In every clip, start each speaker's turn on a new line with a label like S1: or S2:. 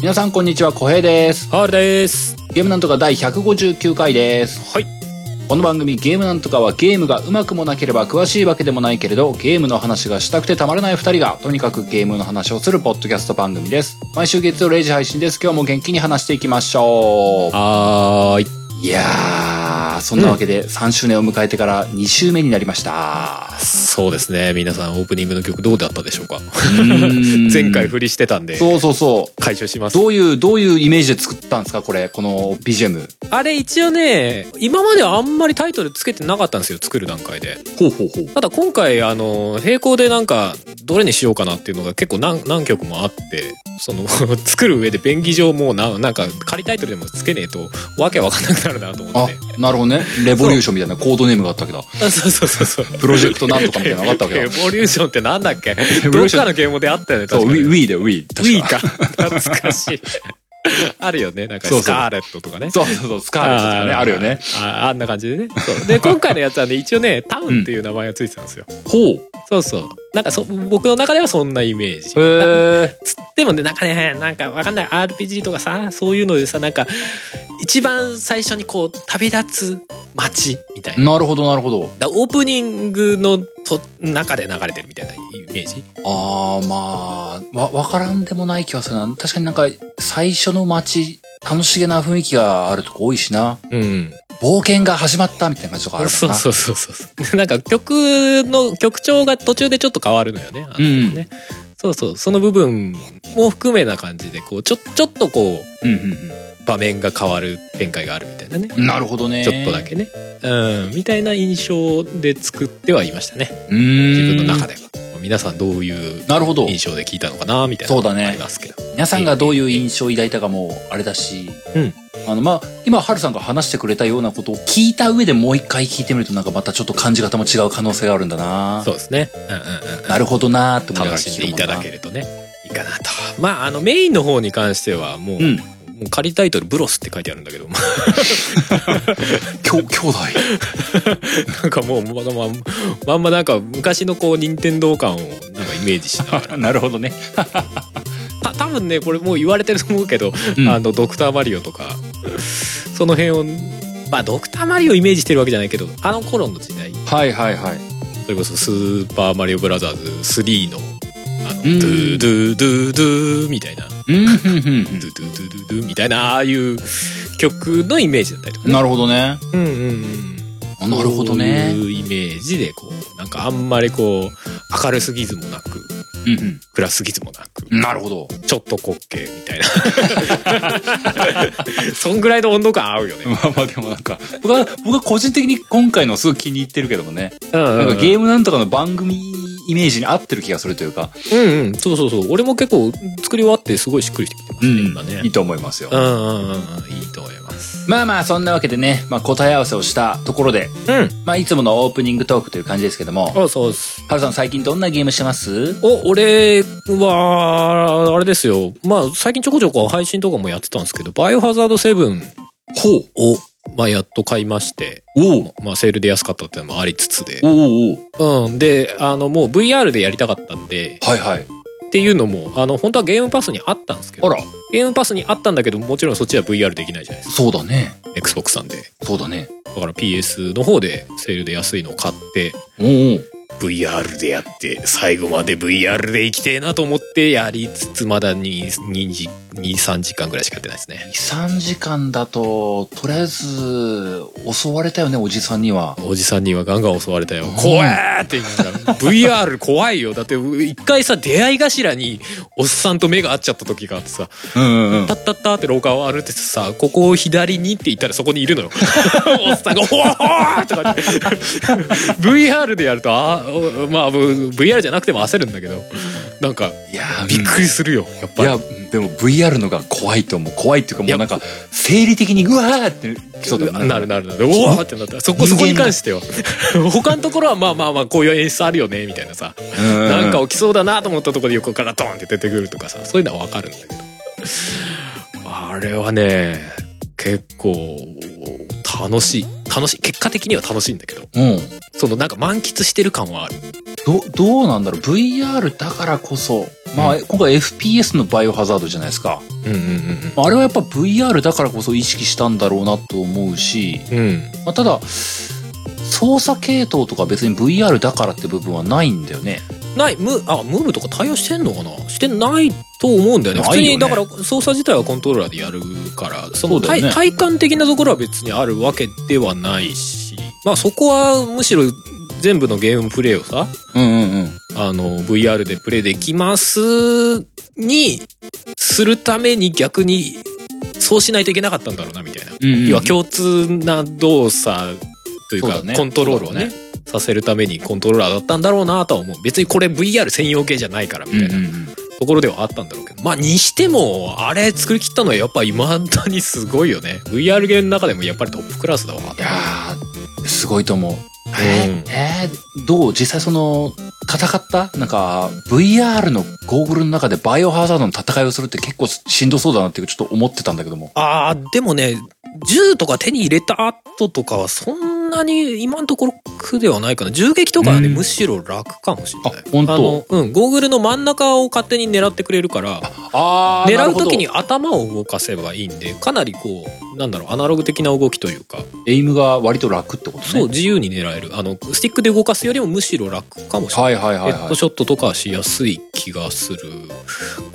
S1: 皆さんこんにちは、小平です。
S2: ハールです。
S1: ゲームなんとか第159回です。
S2: はい。
S1: この番組ゲームなんとかはゲームがうまくもなければ詳しいわけでもないけれど、ゲームの話がしたくてたまらない二人が、とにかくゲームの話をするポッドキャスト番組です。毎週月曜0時配信です。今日も元気に話していきましょ
S2: はーい。
S1: う。いやー、そんなわけで3周年を迎えてから2週目になりました。
S2: そうですね。皆さんオープニングの曲どうだったでしょうか 前
S1: 前
S2: 回振りしてたんで、
S1: そうそうそう。
S2: 回収します。
S1: どういう、どういうイメージで作ったんですかこれ、この BGM。
S2: あれ一応ね、今まではあんまりタイトルつけてなかったんですよ。作る段階で。
S1: ほうほうほう。
S2: ただ今回、あの、並行でなんか、どれにしようかなっていうのが結構何何曲もあって、その、 作る上で便宜上もうな、なんか仮タイトルでもつけねえと、わけわかんなくなるなと思
S1: あ
S2: って。、
S1: なるほどね。レボリューションみたいなコードネームがあったわけだ。
S2: あそうそうそう そう。
S1: プロジェクトなんとかみたいなのがあったわけ
S2: レ
S1: だ。
S2: ボリューションってなんだっけ
S1: レボリ
S2: ど
S1: ュ
S2: っ
S1: ーショ
S2: か
S1: ン。
S2: のゲームであったよね。
S1: そう、
S2: 確かに
S1: Wii Wii だよ、Wii。
S2: ウィ
S1: 確か。
S2: か。懐かしい。あるよね。なんか、
S1: そうそう
S2: スカーレットとかね。
S1: そうそうそう、スカーレットとかね、
S2: ー
S1: あるよね。。
S2: ああんな感じでね。そう で、今回のやつはね、一応ね、タウンっていう名前がついてたんですよ。
S1: ほう。
S2: そうそう。なんかそ、僕の中ではそんなイメージ。
S1: へえ。
S2: つってもね、なんかね、なんかわかんない RPG とかさ、そういうのでさ、なんか、一番最初にこう、旅立つ街みたいな。
S1: なるほど、なるほど。
S2: だオープニングのと中で流れてるみたいなイメージ
S1: あー、まあ、わ、わからんでもない気はするな。確かになんか、最初の街、楽しげな雰囲気があるとこ多いしな。
S2: うん。
S1: 冒険が始まったみたいな感じとかあるもん
S2: そう
S1: な。
S2: そうそうそう。なんか曲の曲調が途中でちょっと変わるのよね。あのねそうそう。その部分も含めな感じで、こう、ちょ、ちょっとこう、
S1: うんうん
S2: 場面が変わる展開があるみたいなね。
S1: うん。なるほどね。
S2: ちょっとだ。けね。うん。みたいな印象で作ってはいましたね。
S1: うーん。
S2: 自分の中では。皆さんどういう
S1: なるほど。
S2: 印象で聞いたのかなみたいな
S1: そうだね
S2: ありますけど。
S1: 皆さんがどういう印象を抱いたかもあれだし、
S2: うん
S1: あのまあ今ハルさんが話してくれたようなことを聞いた上でもう一回聞いてみるとなんかまたちょっと感じ方も違う可能性があるんだな
S2: そうですね。うんうんうんうん。
S1: なるほどなーって思いなが
S2: 楽
S1: ら
S2: し
S1: 聞けるも
S2: んでい
S1: んな
S2: ただけるとね、いいかなと。まあ、あの、メインの方に関しては、もう、
S1: うん
S2: もう仮タイトル「ブロス」って書いてあるんだけどな
S1: きょ兄弟
S2: んかもうまんままんまなんか昔のこう任天堂感をなんかイメージしながら
S1: なるほどね、
S2: た多分ねこれもう言われてると思うけど、
S1: うん
S2: あの「ドクターマリオ」とかその辺をまあ「ドクターマリオ」をイメージしてるわけじゃないけどあの頃の時代
S1: はいはいはい
S2: それこそ「スーパーマリオブラザーズ3」の「あのド
S1: うん
S2: ゥドゥドゥドゥ」みたいな
S1: うんうんうん
S2: 「ドゥドゥドゥドゥドゥ」みたいなああいう曲のイメージだったりとか
S1: うん
S2: ね。
S1: なるほどね
S2: うんうんうん
S1: あなるほどね
S2: そういうイメージで、こう、なんかあんまりこう、明るすぎずもなく、
S1: うん
S2: 暗すぎずもなく、
S1: うんなるほど
S2: ちょっと滑稽みたいな。 そんぐらいの温度感合うよね。
S1: まあまあでもなんか僕は僕は個人的に今回のすごい気に入ってるけどもね、
S2: うん
S1: なんかゲ
S2: ー
S1: ームなんとかの番組イメージに合ってる気がするというか、
S2: ムうんうん。そうそうそう。俺も結構作り終わってすごいしっくりしてきてますね、今ね
S1: い。いと思いますよ、
S2: うんうんうんうん。いいと思います。
S1: まあまあそんなわけでね、まあ、答え合わせをしたところで、
S2: うん。
S1: まあ、いつものオープニングトークという感じですけども、
S2: あ、そうっす。
S1: ハルさん最近どんなゲームしてます
S2: お、俺は、あれですよ。まあ、最近ちょこちょこ配信とかもやってたんですけど、バイオハザード7
S1: ほう。
S2: を、まあ、やっと買いまして、
S1: おう。
S2: まあ、セールで安かったっていうのもありつつで。
S1: おうおう。
S2: うん。で、あの、もう VR でやりたかったんで、
S1: はいはい。
S2: っていうのも、あの、本当はゲームパスにあったんですけ
S1: あ
S2: ど、
S1: ら、
S2: ゲームパスにあったんだけど、もちろんそっちは VR できないじゃないですか。
S1: そうだね。
S2: Xbox さんで。
S1: そうだね。
S2: だから PS の方でセールで安いのを買って、
S1: おうおう。
S2: VR でやって、最後まで VR で生きてえなと思ってやりつつ、まだ2、2、2 3時間ぐらいしかやってないですね。
S1: 2、3時間だと、とりあえず、襲われたよね、おじさんには。
S2: おじさんにはガンガン襲われたよ
S1: ん。
S2: 怖えって言いながら。VR 怖いよ。だって、一回さ、出会い頭に、おっさんと目が合っちゃった時があってさ、
S1: うんう
S2: タッタッタって廊下を歩いててさ、ここを左にって言ったらそこにい るのよ。おっさんが、おーとかって。VR でやると、あーおまあ、ぶ VR じゃなくても焦るんだけど、なんか、
S1: いやー
S2: びっくりするよ、やっ
S1: い
S2: ぱり。
S1: や、でも VR のが怖いと思う。怖いっていうかもうなんか、生理的にうわーって、そうだよね。
S2: なるなるなる。おーってなった。そこ、
S1: 人
S2: そ
S1: 間が
S2: こに関しては。他のところはまあまあまあ、こういう演出あるよね、みたいなさ。
S1: うん。
S2: なんか
S1: う
S2: 起きそうだなと思ったところで横からドーンって出てくるとかさ、そういうのはわかるんだけど。あれはね、結構、楽しい。楽しい。結果的には楽しいんだけど、
S1: ん。
S2: そのなんか満喫してる感はある。
S1: ど、どうなんだろう ?VR だからこそ、まあ、
S2: う
S1: 今回 FPS のバイオハザードじゃないですか。
S2: うんうん
S1: まああれはやっぱ VR だからこそ意識したんだろうなと思うし、
S2: うんうん
S1: まあ、ただ、操作系統とか別に VR だからって部分はないんだよね。
S2: ないムあムーブとか対応してんのかなしてないと思うんだよね
S1: ないよ
S2: 普通
S1: ね
S2: にだから操作自体はコントローラーでやるからそ
S1: そ
S2: の
S1: うだよ
S2: 体
S1: ね
S2: 体感的なところは別にあるわけではないしまあそこはむしろ全部のゲームプレイをさ
S1: うんうんうん。
S2: あの VR でプレイできますにするために逆にそうしないといけなかったんだろうなみたいな、
S1: うんうん
S2: 要は共通な動作という
S1: そう
S2: か
S1: だね
S2: コントロールをね
S1: そう
S2: させるためにコントローラーだったんだろうなとは思う別にこれ VR 専用系じゃないからみ
S1: うん
S2: た
S1: う
S2: いなんところではあったんだろうけど、まあにしてもあれ作り切ったのはやっぱ今だにすごいよね VR ゲームの中でもやっぱりトップクラスだわ
S1: いやー、すごいと思う。えーえーどう実際その、戦ったなんか、VR のゴーグルの中でバイオハザードの戦いをするって結構しんどそうだなってちょっと思ってたんだけども。
S2: あーでもね銃とか手に入れた後とかはそんなに今のところ苦ではないかな銃撃とかはね、
S1: うん
S2: むしろ楽かもしれない
S1: あ本当
S2: のうんゴーグルの真ん中を勝手に狙ってくれるから
S1: あ
S2: 狙う時に頭を動かせばいいんでかなりこうなんだろうアナログ的な動きというか
S1: エイムが割と楽ってことね。
S2: そう自由に狙えるあのスティックで動かすよりもむしろ楽かもしれない
S1: はいはいはい
S2: ヘッ
S1: は
S2: ドショットとかはしやすい気がする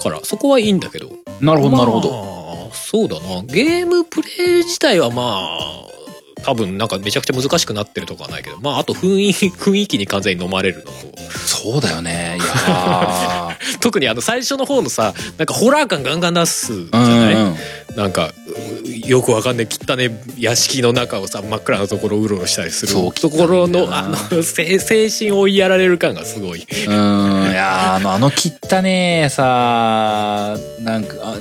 S2: からそこはいいんだけど
S1: い。なるほどなるほど。
S2: まあそうだなゲームプレイ自体はまあ多分なんかめちゃくちゃ難しくなってるとかはないけどまああと雰囲気 雰囲気に完全に飲まれるのと
S1: そうだよね。いや ー
S2: 特にあの最初の方のさなんかホラー感ガンガン出すじゃ
S1: うん
S2: ない、
S1: うんうん。
S2: なんかうよくわかんない汚ね屋敷の中をさ真っ暗なところをうろうろしたりする
S1: そう
S2: ところ
S1: 汚いん
S2: の
S1: だよ
S2: あ
S1: な
S2: のせ精神を追いやられる感がすごい。
S1: うーん、いやーあの、あの汚ねえさ、なんか、あ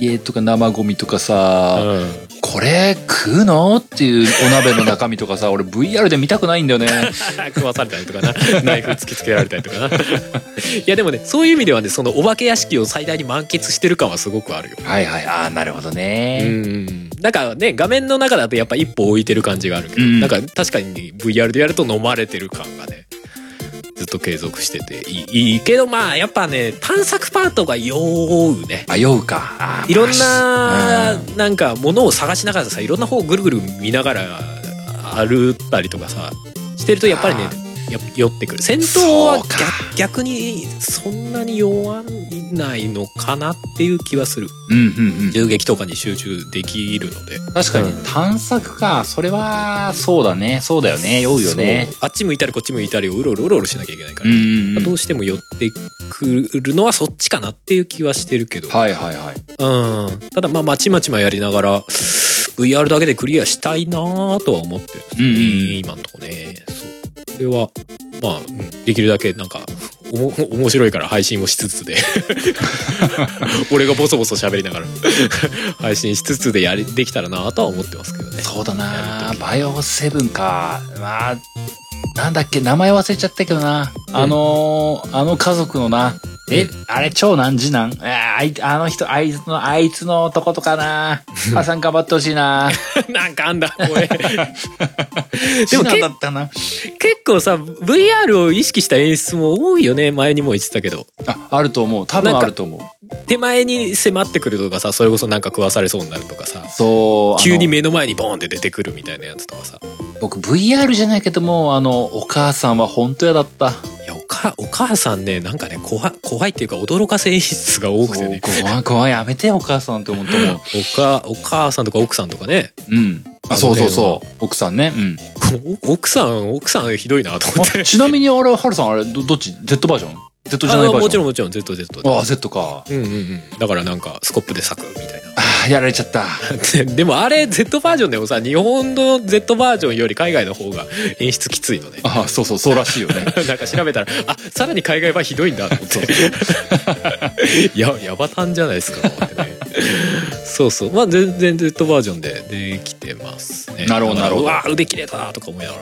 S1: い家とか生ゴミとかさ、
S2: うん
S1: これ食うのっていうお鍋の中身とかさ、俺 VR で見たくないんだよ ね。
S2: 食わされたりとかなナイフ突きつけられたりとかな いやでもねそういう意味ではねそのお化け屋敷を最大に満喫してる感はすごくあるよ
S1: はいはい、ああ、なるほど
S2: う
S1: ね。
S2: んなんかね画面の中だとやっぱ一歩置いてる感じがあるけど、
S1: うん
S2: なんか確かに VR でやると飲まれてる感がねずっと継続してていいいいけどまあやっぱね探索パートが酔うね
S1: 迷うか。あー
S2: いろん
S1: う
S2: なんなんかものを探しながらさいろんな方をぐるぐる見ながら歩ったりとかさしてるとやっぱりね
S1: あ
S2: や酔ってくる戦闘は
S1: そうか
S2: 逆逆にそんなに酔わないのかなっていう気はする
S1: うんうんう
S2: 銃撃とかに集中できるので
S1: ん。確かに探索か。それは、そうだね。そうだよね。酔うよね。
S2: そうあっち向いたりこっち向いたりをうろうろうろうろしなきゃいけないか
S1: う
S2: ら、
S1: んうんう
S2: ど
S1: ん。
S2: うしても寄ってくるのはそっちかなっていう気はしてるけど
S1: はいはいはい。
S2: うん、ただまあまちまちまやりながら VR だけでクリアしたいなぁとは思ってる、
S1: うんうん
S2: 今んとこねそうこれはまあ、うんできるだけなんかおも面白いから配信をしつつで 俺がボソボソ喋りながら配信しつつでやりできたらなぁとは思ってますけどね
S1: そうだなバイオセブンか。まあ、なんだっけ、名前忘れちゃったけどな。
S2: ん
S1: あのーあの家族のな。え、
S2: うん
S1: あれ、長男次男ああいあの人、あいつの、あいつのとことか な。母さん頑張ってほしい な。
S2: なんかあんだ 怖い
S1: 次男だったな。
S2: 結構さ VR を意識した演出も多いよね前にも言ってたけど
S1: あ、あると思う。多
S2: な
S1: 分
S2: ん
S1: あ
S2: か
S1: ると思う。
S2: 手前に迫ってくるとかさそれこそなんか食わされそうになるとかさ
S1: そう。
S2: 急に
S1: あの
S2: 目の前にボーンって出てくるみたいなやつとかさ
S1: 僕、VR じゃないけども、あの、お母さんは本当嫌だった。
S2: いやおかお母さんねなんかね怖い怖いっていうか驚かせ演出が多くてね
S1: そう怖い、怖い、やめて、お母さんって思うと思 う。
S2: おかお母さんとか奥さんとかね
S1: うん。あ、そうそうそう。奥さんね。うん。
S2: このお 奥さん奥さんひどいなと思って
S1: あちなみにあれ、ハルさん、あれ、どどっち ?Z バージョン ?Z じゃ
S2: あ
S1: ないバージョン
S2: もちろんもちろん ZZ で
S1: ああ、Z か。
S2: うんうんうんだからなんかスコップで咲くみたいな
S1: ああ、やられちゃった。
S2: ででもあれ Z バージョンでもさ日本の Z バージョンより海外の方が演出きついのね
S1: ああ、そうそう、そうらしいよね。
S2: なんか調べたらあさらに海外版ひどいんだ と思ってややばたんじゃないですかと思ってねそうそうまあ全然 Z バージョンでできてますね
S1: なるほどなるほど
S2: うわ腕切れたとか思いなが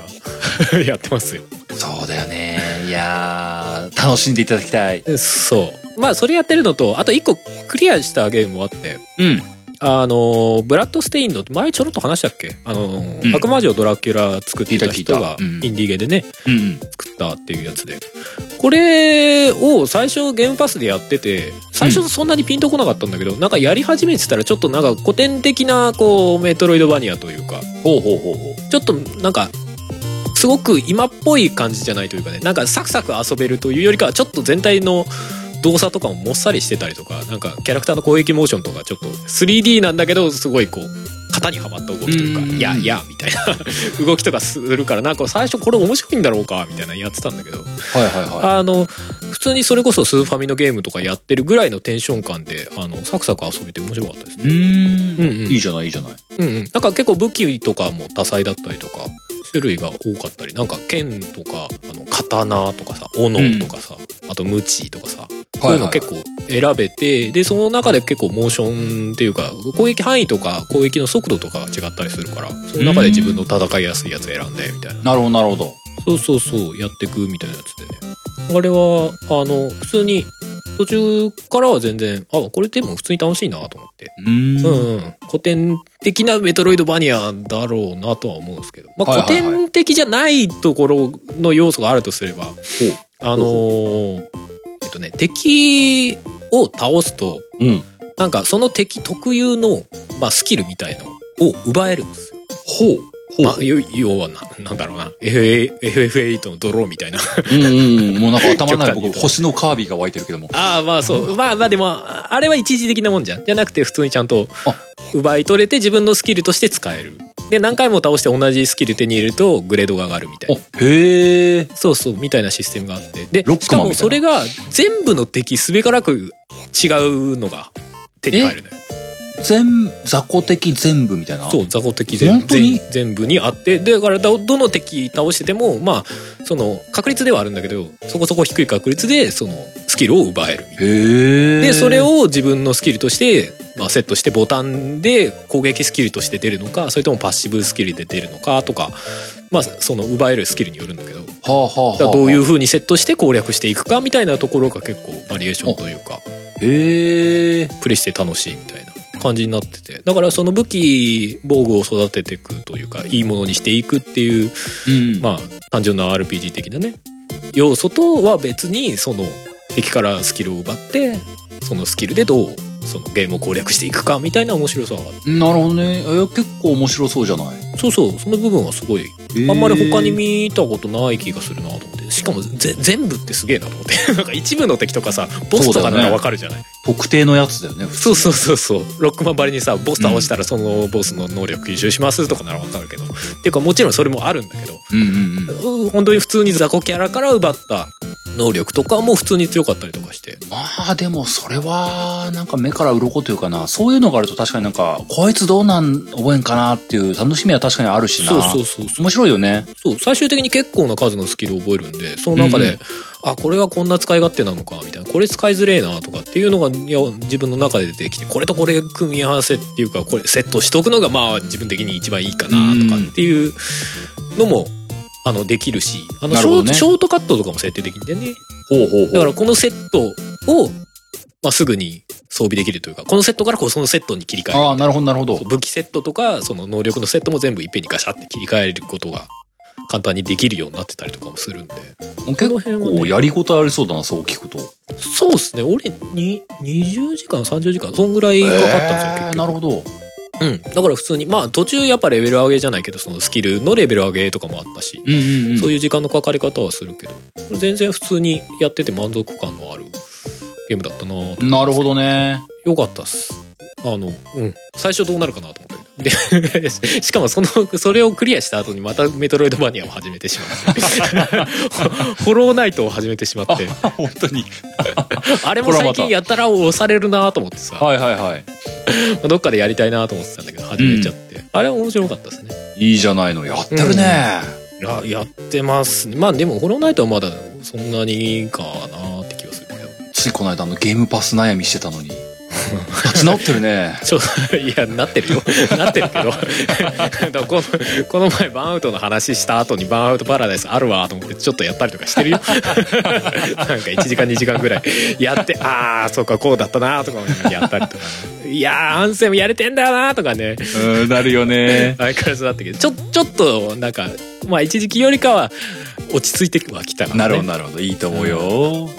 S2: ら やってますよ
S1: そうだよね。いやー、楽しんでいただきたい。
S2: でそうまあそれやってるのとあと一個クリアしたゲームもあって
S1: うん。
S2: あのブラッドステインの前ちょろっと話したっけあの、
S1: うん
S2: 悪魔女ドラキュラ作ってた
S1: 聞いた聞
S2: 人
S1: い
S2: が
S1: た
S2: イ
S1: う
S2: ン
S1: ん
S2: ディーゲでね、
S1: うん
S2: 作ったっていうやつでこれを最初ゲームパスでやってて最初そんなにピンとこなかったんだけど、なんかやり始めてたらちょっとなんか古典的なこうメトロイドバニアというか
S1: ほうほうほうほう
S2: ちょっとなんかすごく今っぽい感じじゃないというかねなんかサクサク遊べるというよりかはちょっと全体の動作とかももっさりしてたりとかなんかキャラクターの攻撃モーションとかちょっと 3D なんだけどすごいこう型にはまった動きという
S1: う
S2: か
S1: ん
S2: 「いやいや」みたいな 動きとかするからなんか最初これ面白いんだろうかみたいなやってたんだけど
S1: はいはいは
S2: あの普通にそれこそスーファミのゲームとかやってるぐらいのテンション感であのサクサク遊べて面白かったですね
S1: い。うーん
S2: うんうん
S1: いいじゃないいいじゃない
S2: うんうん、なんか結構武器とかも多彩だったりとか種類が多かったりなんか剣とかあの刀とかさ斧とかさ、あとムチとかさそういうの結構選べてでその中で結構モーションっていうか攻撃範囲とか攻撃の速度とかが違ったりするからその中で自分の戦いやすいやつ選んでみたい
S1: な
S2: な
S1: るほどなるほど
S2: そうそうそうやってくみたいなやつでねあれはあの普通に途中からは全然あこれでも普通に楽しいなと思って
S1: うーん
S2: うんうん、古典的なメトロイドバニアだろうなとは思うんですけど、ま
S1: はい
S2: あ、
S1: はいはい
S2: 古典的じゃないところの要素があるとすれば、あのーえっとね敵を倒すと
S1: うん
S2: なんかその敵特有の、まあ、スキルみたいのを奪えるんですよ。
S1: ほうほう
S2: まあ、よ要はななんだろうな FA FF8 のドローみたいな
S1: うんうんうんもうなんか頭の中で
S2: 極端に言 う
S1: 僕
S2: と
S1: 星のカービィが湧いてるけども
S2: ああまあそうまあまあでもあれは一時的なもんじゃんじゃなくて普通にちゃんと
S1: あ
S2: 奪い取れて自分のスキルとして使えるで何回も倒して同じスキル手に入れるとグレードが上がるみたいな
S1: おへえ
S2: そうそうみたいなシステムがあってで
S1: ロッ
S2: し
S1: ク
S2: か
S1: マン
S2: も
S1: みたいな
S2: それが全部の敵すべからく違うのが手に入るのよ
S1: 全雑魚的全部みたいな
S2: そう雑魚敵全
S1: 本当に
S2: 全全部にあってでだからどどの敵倒しててもまあその確率ではあるんだけどそこそこ低い確率でそのスキルを奪えるみたいな
S1: へえ
S2: でそれを自分のスキルとして、まあ、セットしてボタンで攻撃スキルとして出るのかそれともパッシブスキルで出るのかとか、まあ、その奪えるスキルによるんだけどだか
S1: はあはあはあ
S2: らどういう風にセットして攻略していくかみたいなところが結構バリエーションというか
S1: へえ
S2: プレイして楽しいみたいな感じになっててだからその武器防具を育てていくというかいいものにしていくっていう
S1: うん
S2: まあ単純な RPG 的なね要素とは別にその敵からスキルを奪ってそのスキルでどうそのゲームを攻略していくかみたいな面白さがある
S1: なるほどねいや結構面白そうじゃない
S2: そうそうその部分はすごいあんまり他に見たことない気がするなと思ってしかもぜ全部ってすげえなと思って なんか一部の敵とかさボスとかならわかるじゃない
S1: 特定のやつだよね普通
S2: そうそうそうそうロックマンばりにさボス倒したらそのボスの能力吸収しますとかならわかるけど、っていうかもちろんそれもあるんだけど
S1: うんうんうん
S2: うん本当に普通に雑魚キャラから奪った能力とかも普通に強かったりとかして
S1: まあでもそれはなんか目から鱗というかなそういうのがあると確かになんかこいつどうなん覚えんかなっていう楽しみは確かにあるしな
S2: そうそうそうそう
S1: 面白いよね
S2: そう最終的に結構な数のスキルを覚えるんでその中で、
S1: うんう
S2: あこれがこんな使い勝手なのかみたいなこれ使いづれえなとかっていうのがいや自分の中で出てきてこれとこれ組み合わせっていうかこれセットしとくのがまあ自分的に一番いいかなとかっていうのも、あのできるしあの
S1: な
S2: シ
S1: るほ
S2: ョ
S1: ど
S2: ー、
S1: ね
S2: ショートカットとかも設定できるんだよね。
S1: ほうほうほ
S2: だからこのセットを、まあ、すぐに装備できるというか、このセットからこうそのセットに切り替える
S1: ああなるほどなるほど
S2: そう武器セットとか、その能力のセットも全部いっぺんにガシャって切り替えることが簡単にできるようになってたりとかもするんで。
S1: 結
S2: この辺はね
S1: 構やりごたえありそうだなそう聞くと
S2: そうですね。俺に、20時間、30時間、そんぐらいかかったんです
S1: な
S2: よ、
S1: るほど
S2: 結局。うん。だから普通に、まあ途中やっぱレベル上げじゃないけど、そのスキルのレベル上げとかもあったし、
S1: うんうんうん
S2: そういう時間のかかり方はするけど、全然普通にやってて満足感のあるゲームだったなぁと
S1: なるほど ね
S2: よかったっす。あの、うん。最初どうなるかなと思って。で、 しかもその、それをクリアした後にまたメトロイドバニアを始めてしまって。 ホローナイトを始めてしまって。
S1: 本当に
S2: あれも最近やったら押されるなと思ってさ、
S1: はいはいはい
S2: どっかでやりたいなと思ってたんだけど、始めちゃって。あれは面白かったですね。
S1: いいじゃないのやってるね、
S2: いや、やってますね。まあでも、ホローナイトはまだそんなにかなって気がするけど。
S1: ついこの間あのゲームパス悩みしてたのに立ち直ってるね。
S2: ちょいやなってるよ なってるけどだからこのこの前バーンアウトの話した後にバーンアウトパラダイスあるわと思ってちょっとやったりとかしてるよ なんか1時間2時間ぐらいやってああそうかこうだったなとか思いながらやったりとかねいやーアンセムやれてんだよなとかね
S1: うん、なるよね。
S2: 相変わらずだったけどちょちょっとなんかまあ一時期よりかは落ち着いてはきたか
S1: なるほど、
S2: ね
S1: なるほど。いいと思うよ。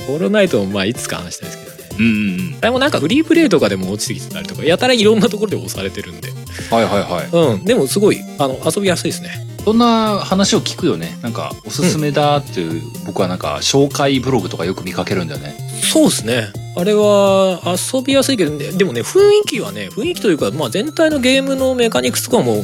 S2: ホロナイトもまあいつか話したいですけどね
S1: うんうん。
S2: あれもなんかフリープレイとかでも落ちてきてたりとかやたらいろんなところで押されてるんで
S1: はいはいはい。
S2: うん、でもすごいあの遊びやすいですね。
S1: そんな話を聞くよね。なんか、おすすめだっていう、僕はなんか、紹介ブログとかよく見かけるんだよね。
S2: そうですね。あれは遊びやすいけど、ででもね雰囲気はね雰囲気というか、まあ、全体のゲームのメカニクスとかも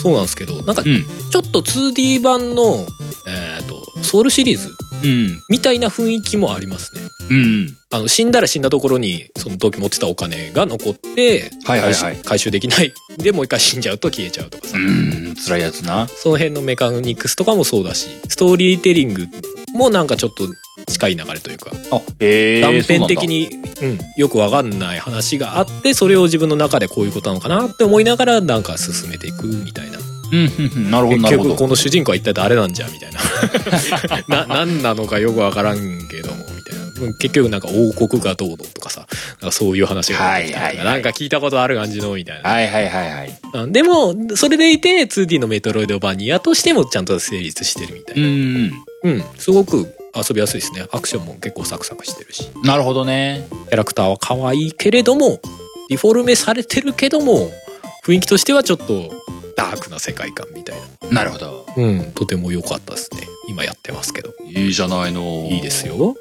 S2: そうなんですけどなんかち
S1: ん。
S2: ょっと 2D 版の、えー、とソウルシリーズ
S1: うん。
S2: みたいな雰囲気もありますね。
S1: うん。
S2: あの死んだら死んだところにその時持ってたお金が残って、
S1: はいはいはい
S2: 回収回収できないでもう一回死んじゃうと消えちゃうとかさ、
S1: うん。辛いやつな。
S2: その辺のメカニクスとかもそうだしストーリーテリングもなんかちょっと近い流れというか
S1: あ、へえ。
S2: 断片
S1: そうなんだ
S2: 的に、うんよくわかんない話があってそれを自分の中でこういうことなのかなって思いながらなんか進めていくみたいな
S1: うんうんうん、なるほど、な
S2: 結
S1: るほ
S2: 局
S1: ど。
S2: この主人公は一体誰なんじゃみたい なな何なのかよくわからんけどもみたいなうん結局なんか王国がどうのとかさなんかそういう話が出てきたりとか
S1: はいはいはい
S2: なんか聞いたことある感じのみたいな、
S1: はいはいはいはい。
S2: うんでもそれでいて 2D のメトロイドバニアとしてもちゃんと成立してるみたい
S1: うん
S2: な、
S1: うん
S2: うん、すごく遊びやすいですねアクションも結構サクサクしてるし
S1: うん。なるほどね。
S2: キャラクターは可愛いけれどもリフォルメされてるけども雰囲気としてはちょっとダークな世界観みたい
S1: な
S2: な、
S1: るほど。
S2: うん、とても良かったですね今やってますけど
S1: いいじゃないの。
S2: いいです。よ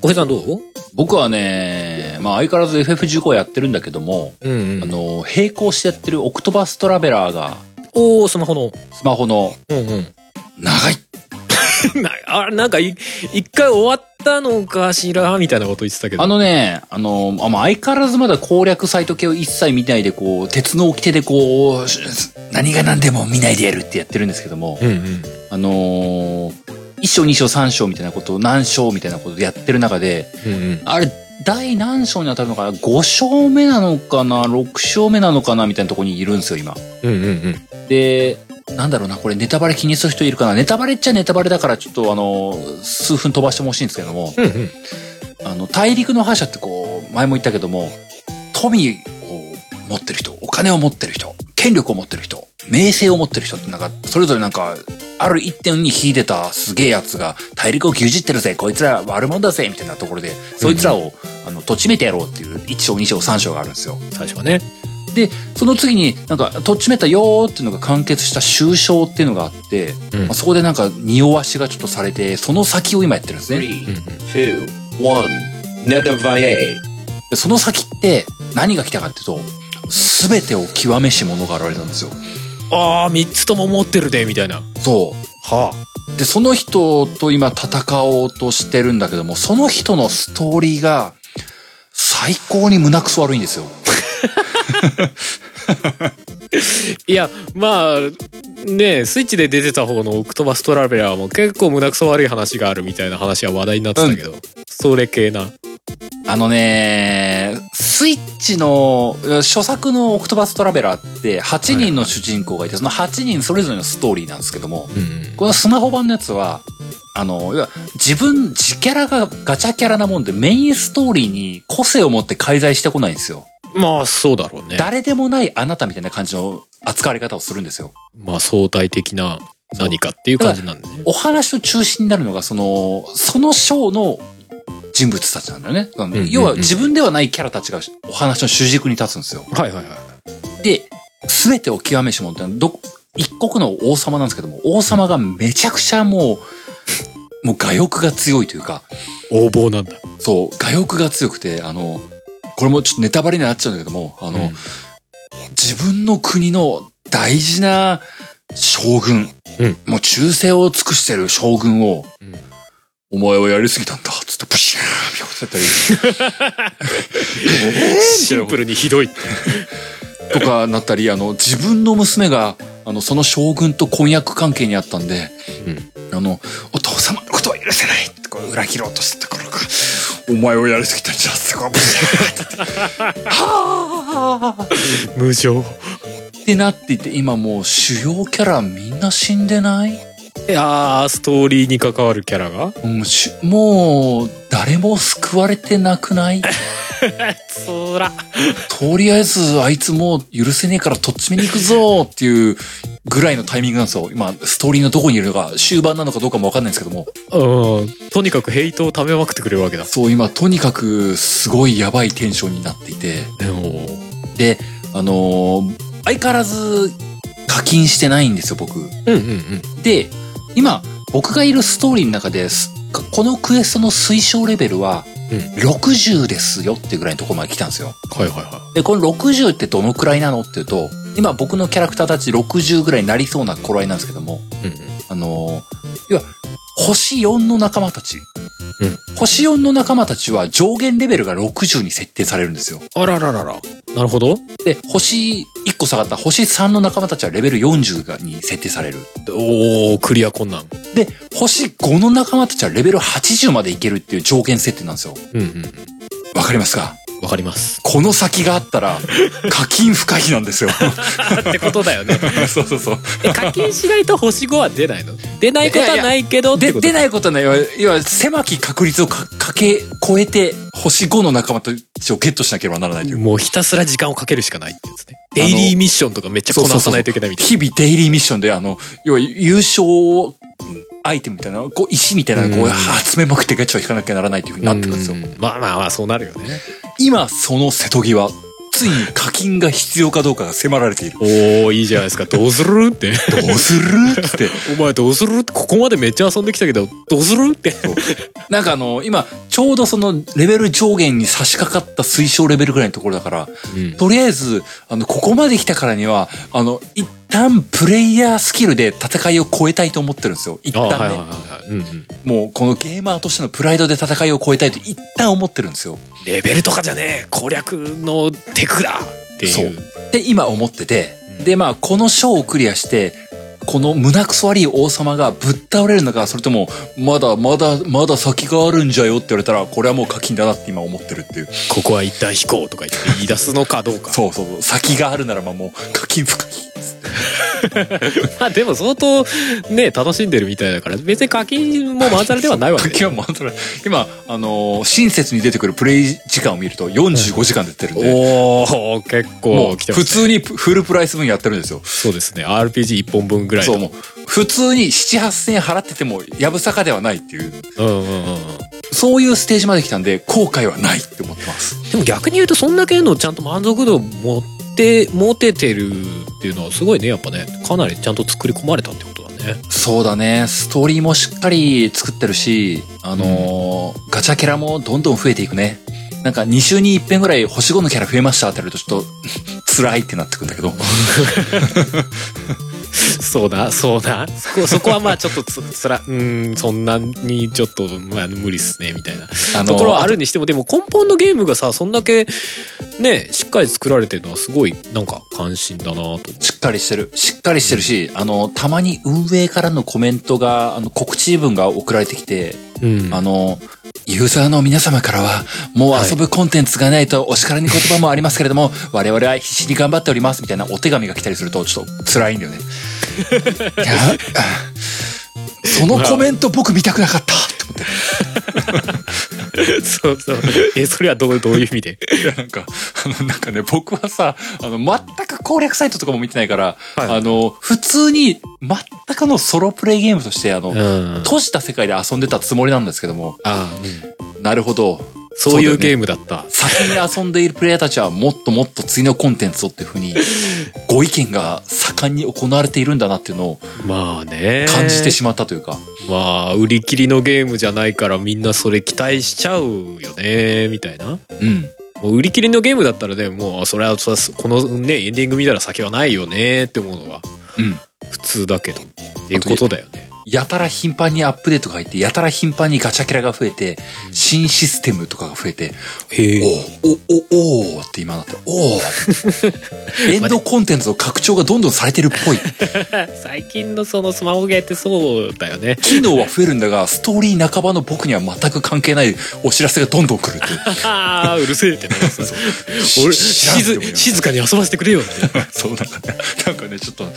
S2: 小平さんどう
S1: 僕はね、まあ相変わらず FF15 やってるんだけども、
S2: うん、
S1: あの、並行してやってるオクトバストラベラーが、
S2: おおスマホの
S1: スマホの
S2: うんう
S1: 長い。
S2: ん なあなんかい一回終わったのかしらみたいなこと言ってたけど
S1: あのね、あの、あまあ、相変わらずまだ攻略サイト系を一切見ないで、こう、鉄の掟でこう、し何が何でも見ないでやるってやってるんですけども、
S2: うんうん
S1: あのー、1章2章3章みたいなことを何章みたいなことでやってる中で、
S2: うんうん
S1: あれ、第何章に当たるのかな ?5 章目なのかな ?6 章目なのかなみたいなところにいるんですよ、今。
S2: うんうんうん
S1: で、なんだろうな、これネタバレ気にする人いるかなネタバレっちゃネタバレだから、ちょっとあの、数分飛ばしてほしいんですけども、
S2: うんうん
S1: あの、大陸の覇者ってこう、前も言ったけども、富を持ってる人、お金を持ってる人、権力を持ってる人、名声を持ってる人ってなんか、それぞれなんか、ある一点に秀でたすげえやつが、大陸を牛耳ってるぜ、こいつら悪者だぜ、みたいなところで、そいつらを、あの、とちめてやろうっていう、1章、2章、3章があるんですよ。
S2: 最初はね
S1: で、その次になんか、とっちめたよーっていうのが完結した終章っていうのがあって、
S2: うん
S1: まあ、そこでなんか匂わしがちょっとされて、その先を今やってるんですね。
S2: うんうん
S3: two, one. Netavaye.
S1: でその先って何が来たかっていうと、すべてを極めし者が現れたんですよ。
S2: ああ3つとも持ってるでみたいな
S1: そ
S2: は
S1: う。で、その人と今戦おうとしてるんだけども、その人のストーリーが最高に胸くそ悪いんですよ。
S2: いやまあねえスイッチで出てた方のオクトバストラベラーも結構胸くそ悪い話があるみたいな話は話題になってたけど、それ系な
S1: あのね、スイッチの初作のオクトバストラベラーって8人の主人公がいて、その8人それぞれのストーリーなんですけども、
S2: うん
S1: このスマホ版のやつは、あの、いわ自分、自キャラがガチャキャラなもんでメインストーリーに個性を持って介在してこないんですよ。
S2: まあそうだろうね
S1: 誰でもないあなたみたいな感じの扱われ方をするんですよ。
S2: まあ相対的な何かっていう感じなんでね
S1: お話の中心になるのが、その、その章の人物たちなんだよね。
S2: んうんうん
S1: 要は自分ではないキャラたちがお話の主軸に立つんですよ。
S2: はいはいはい
S1: で、すべてを極めし者ってのはど、一国の王様なんですけども、王様がめちゃくちゃもう、もう画欲が強いというか、
S2: 横暴なんだ
S1: そう、画欲が強くて、あの、これもちょっとネタバレになっちゃうんだけども、あ
S2: あ
S1: の、自分の国の大事な将軍、
S2: うん
S1: もう忠誠を尽くしてる将軍を、
S2: うん
S1: お前はやりすぎたんだつってプシャーンピョンって
S2: シンプルにひどい
S1: やったり、とかなったり、あの、自分の娘が、あの、その将軍と婚約関係にあったんで、あの、お父様のことは許せないってこう裏切ろうとしてた頃か、お前をやりすぎたジャスコ
S2: 無情
S1: ってなっていて今もう主要キャラみんな死んでない、
S2: いやーストーリーに関わるキャラが
S1: うん、しもう誰も救われてなくない
S2: つら
S1: とりあえずあいつもう許せねえからとっちめに行くぞっていうぐらいのタイミングなんですよ今ストーリーのどこにいるのか終盤なのかどうかもわかんないんですけども
S2: うんとにかくヘイトを溜めまくってくれるわけだ
S1: そう今とにかくすごいやばいテンションになっていて
S2: でも
S1: であのー相変わらず課金してないんですよ僕
S2: うんうんうん
S1: で今僕がいるストーリーの中ですこのクエストの推奨レベルは
S2: うん
S1: 60ですよってぐらいのところまで来たんですよ
S2: はいはいは
S1: でこの60ってどのくらいなのっていうと今僕のキャラクターたち60ぐらいになりそうな頃合いなんですけども
S2: いうん
S1: あのー、いわ星4の仲間たち、
S2: うん
S1: 星4の仲間たちは上限レベルが60に設定されるんですよ
S2: あららららなるほど
S1: で星1個下がった星3の仲間たちはレベル40がに設定される
S2: おおクリア困難
S1: で、星5の仲間たちはレベル80までいけるっていう上限設定なんですよ。
S2: うんうん
S1: わかりますか
S2: わかります
S1: この先があった ら、課金不可避なんですよ。
S2: ってことだよ ね
S1: そうそうそう。
S2: 課金しないと星5は出ないの出ないことはないけど
S1: で、出
S2: い
S1: ないことはない。要は要は、狭き確率をかかけ、超えて、星5の仲間たちをゲットしなければならないという。
S2: もうひたすら時間をかけるしかないってやつね
S1: あの
S2: デイリーミッションとかめっちゃこなさないといけないみたいな
S1: 日々デイリーミッションで、あの、要は優勝アイテムみたいな、こう、石みたいなのをこ
S2: う
S1: うん集めまくってガチャを引かなきゃならないというふうになってくるんですよ。
S2: うんまあまあまあそうなるよね
S1: 今、その瀬戸際、ついに課金が必要かどうかが迫られている。
S2: おおいいじゃないですかどうするって
S1: どうするって。
S2: お前どうするってここまでめっちゃ遊んできたけどどうするって
S1: なんかあの、今、ちょうどそのレベル上限に差し掛かった推奨レベルぐらいのところだから、
S2: うん
S1: とりあえず、あの、ここまで来たからには、あの、一旦プレイヤースキルで戦いを超えたいと思ってるんですよ。一
S2: あ
S1: 旦ね。
S2: はいはいはいはいうんうん
S1: もう、このゲーマーとしてのプライドで戦いを超えたいと一旦思ってるんですよ。
S2: レベルとかじゃねえ攻略のテクだっていう
S1: で、今思ってて、
S2: うん
S1: で、まあ、この章をクリアして、この胸くそ悪い王様がぶっ倒れるのか、それとも、まだまだまだ先があるんじゃよって言われたら、これはもう課金だなって今思ってるっていう。
S2: ここは一旦飛行とか言って言い出すのかどうか
S1: そうそうそう先があるならばもう課金不可避
S2: まあでも相当ね楽しんでるみたいだから別に課金もまんざらではないわけ
S1: 課金はもうそれ今あのー親切に出てくるプレイ時間を見ると45時間出てるんで、
S2: おお結
S1: もう
S2: 構来てます
S1: 普通にフルプライス分やってるんですよ、
S2: そうですね RPG1 本分ぐらい
S1: そう
S2: の
S1: もう普通に78000円払っててもやぶさかではないっていう
S2: うんうんうんうん
S1: そういうステージまで来たんで後悔はないって思ってます
S2: でも逆に言うとそんだけのちゃんと満足度を持って持ててるっていうのはすごいねやっぱねかなりちゃんと作り込まれたってことだね
S1: そうだねストーリーもしっかり作ってるしあのーガチャキャラもどんどん増えていくねなんか2週に1遍ぐらい星5のキャラ増えましたってやるとちょっと 辛いってなってくんだけど
S2: そうだそうだそこそこはまあちょっとつつらうーんそんなにちょっと、まあ、無理っすねみたいな
S1: あの
S2: ところはあるにしてもでも根本のゲームがさそんだけねしっかり作られてるのはすごいなんか関心だなと思う
S1: しっかりしてる。しっかりしてるし、あの、たまに運営からのコメントが、あの、告知文が送られてきて、
S2: うん
S1: あの、ユーザーの皆様からは、もう
S2: はい
S1: 遊ぶコンテンツがないとお叱りに言葉もありますけれど も、我々は必死に頑張っておりますみたいなお手紙が来たり すると、ちょっと辛いん だよね。いや、あそのコメント僕見たくなかったって思って。
S2: そうそうえそれはどうどういう意味で
S1: いや、なんか、 あの、なんかね、僕はさ、あの、全く攻略サイトとかも見てないから、
S2: はい
S1: あの、普通に、全くのソロプレイゲームとして、あの、
S2: うん
S1: 閉じた世界で遊んでたつもりなんですけども、
S2: あ、
S1: なるほど。
S2: そういう
S1: そうだよね
S2: ゲームだった
S1: 先に遊んでいるプレイヤーたちはもっともっと次のコンテンツをっていうふうに、ご意見が盛んに行われているんだなっていうのを
S2: まあね
S1: 感じてしまったというか、
S2: まあ売り切りのゲームじゃないからみんなそれ期待しちゃうよねみたいな
S1: うん。
S2: もう売り切りのゲームだったらねもうそれはそこのねエンディング見たら先はないよねって思うのは
S1: うん。
S2: 普通だけどっていうことだよね
S1: やたら頻繁にアップデートが入って、やたら頻繁にガチャキャラが増えて、新システムとかが増えて、
S2: へえ。
S1: おお、お、おーって今なって、おーエンドコンテンツの拡張がどんどんされてるっぽい。
S2: 最近のそのスマホゲーってそうだよね。
S1: 機能は増えるんだが、ストーリー半ばの僕には全く関係ないお知らせがどんどん来るっていう。
S2: ああ、 うるせえってなります。 俺、
S1: 知らんって思いなが
S2: 静
S1: ら
S2: 静かに遊ばせてくれよって。
S1: そうなんかね、なんかね、ちょっと、